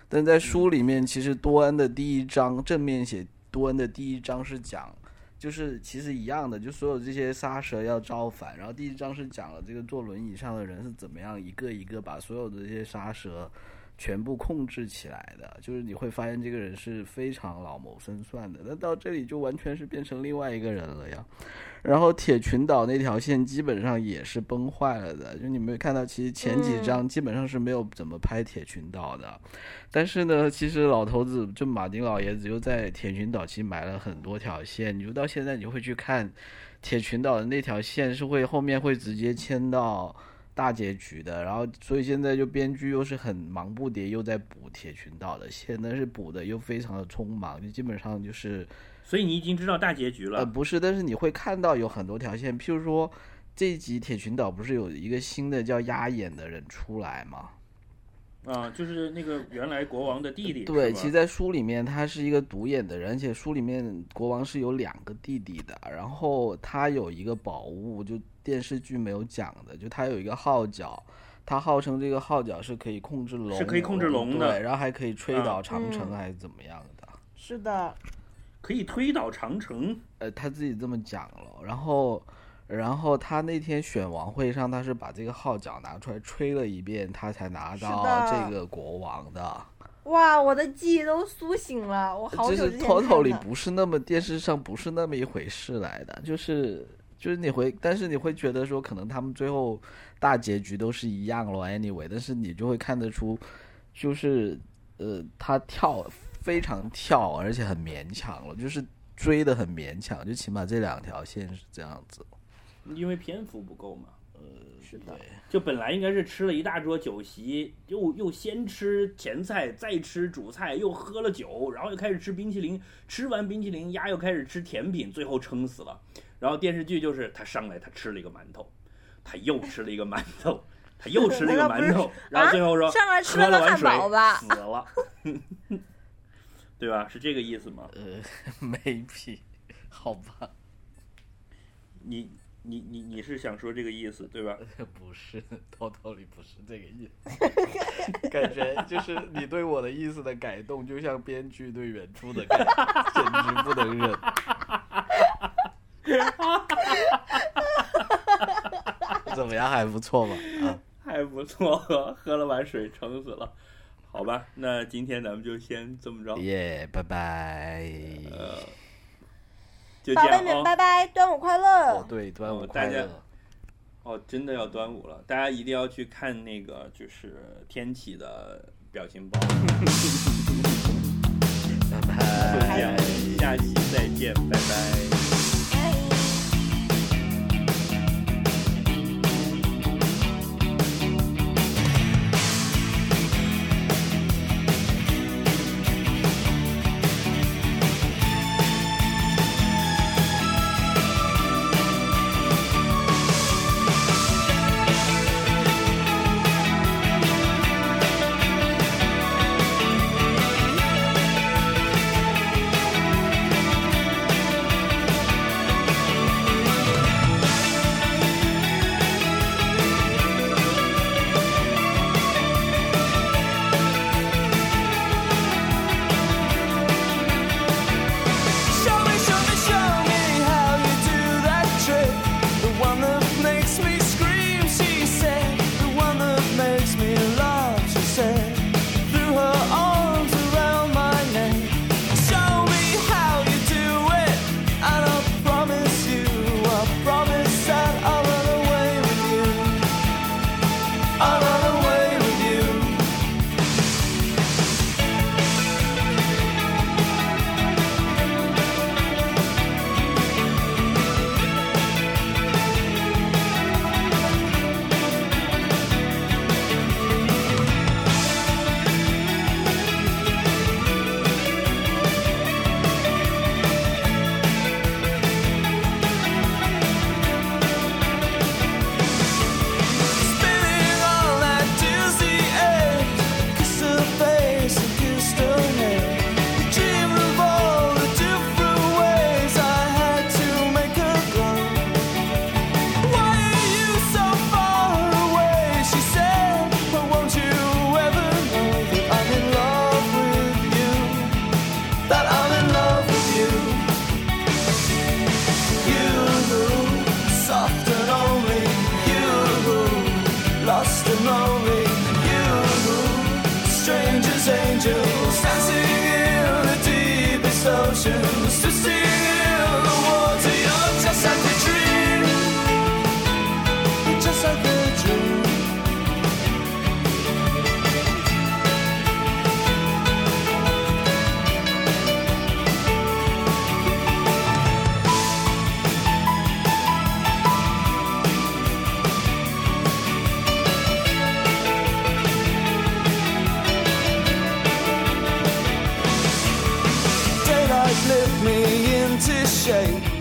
Speaker 3: 但在书里面其实多恩的第一章正面写多恩的第一章是讲，就是其实一样的，就所有这些杀蛇要造反。然后第一章是讲了这个坐轮椅上的人是怎么样一个一个把所有的这些杀蛇全部控制起来的，就是你会发现这个人是非常老谋深算的。那到这里就完全是变成另外一个人了呀。然后铁群岛那条线基本上也是崩坏了的，就你没有看到，其实前几章基本上是没有怎么拍铁群岛的。但是呢，其实老头子就马丁老爷子又在铁群岛其实埋了很多条线，你就到现在你就会去看铁群岛的那条线是会后面会直接牵到大结局的，然后所以现在就编剧又是很忙不迭又在补铁群岛的线，但是补的又非常的匆忙，就基本上就是
Speaker 1: 所以你已经知道大结局
Speaker 3: 呃
Speaker 1: 了。
Speaker 3: 不是，但是你会看到有很多条线，譬如说这一集铁群岛不是有一个新的叫鸭眼的人出来吗？
Speaker 6: 啊，就是那个原来国王的弟弟。
Speaker 3: 对，
Speaker 6: 是吧
Speaker 3: 其实，在书里面他是一个独眼的人，而且书里面国王是有两个弟弟的。然后他有一个宝物，就电视剧没有讲的，就他有一个号角，他号称这个号角是可以控制龙，
Speaker 6: 是可以控制龙的
Speaker 3: 对，然后还可以吹
Speaker 6: 啊
Speaker 3: 倒长城，
Speaker 2: 嗯
Speaker 3: 还是怎么样的。
Speaker 2: 是的，
Speaker 6: 可以推倒长城。
Speaker 3: 呃，他自己这么讲了。然后，然后他那天选王会上，他是把这个号角拿出来吹了一遍，他才拿
Speaker 2: 是
Speaker 3: 到
Speaker 2: 的
Speaker 3: 这个国王的。
Speaker 2: 哇，我的记忆都苏醒了，我好
Speaker 3: 就
Speaker 2: 久之
Speaker 3: 是
Speaker 2: 前
Speaker 3: totally
Speaker 2: 看的
Speaker 3: 不是那么电视上不是那么一回事来的，就是就是你会，但是你会觉得说，可能他们最后大结局都是一样了，anyway，但是你就会看得出，就是呃，他跳非常跳，而且很勉强了，就是追的很勉强，就起码这两条线是这样子。
Speaker 6: 因为篇幅不够嘛。呃
Speaker 2: 是的，
Speaker 6: 就本来应该是吃了一大桌酒席，又又先吃前菜，再吃主菜，又喝了酒，然后又开始吃冰淇淋，吃完冰淇淋，鸭又开始吃甜品，最后撑死了。然后电视剧就是他上来，他吃了一个馒头，他又吃了一个馒头，他又吃了一个馒头，然后最后说、
Speaker 1: 上来啊吃了
Speaker 6: 喝了
Speaker 1: 个
Speaker 6: 碗
Speaker 1: 汉
Speaker 6: 水
Speaker 1: 堡吧
Speaker 6: 死了， 对吧？是这个意思吗？
Speaker 3: Maybe，好吧，
Speaker 6: 你你你你是想说这个意思对吧？
Speaker 3: 不是，totally 不是这个意思。 感觉就是你对我的意思的改动，就像编剧对原著的改动，简直不能忍。 怎么样，还不错吧？啊，
Speaker 6: 还不错，喝了碗水撑死了。好吧，那今天咱们就先这么着，
Speaker 2: 嗯
Speaker 3: 耶、拜拜。
Speaker 6: 就
Speaker 2: 宝
Speaker 6: 这
Speaker 2: 贝
Speaker 6: 样
Speaker 2: 们，
Speaker 6: 哦。
Speaker 2: 拜拜，端午快乐！
Speaker 3: 哦，对，端午
Speaker 6: 哦
Speaker 3: 快
Speaker 6: 大家
Speaker 3: 乐！
Speaker 6: 哦，真的要端午了，大家一定要去看那个就是天启的表 情包。
Speaker 3: 拜拜
Speaker 6: 就。这样，下期再见，拜拜。
Speaker 7: Show me, show me, show me how you do that trick. The one that makes me scream, she said. The one that makes me laugh, she said. Threw her arms around my neck. Show me how you do it, and I promise you, I promise that I'll run away with you. I'll run away with you. Spinning on that dizzy edge, kiss her face and kissed her head. The dream of all the different ways I had to make her grow. Why are you so far away? She said. But won't you ever know that I'm in love with you? That I'm in love with you. You who soft and lonely, you who lost and lonely, you who strangers angels dancing in the deepest oceans to steal the water. You're just like a dream, You're just like a dream. Daylight lit me in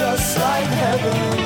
Speaker 3: together.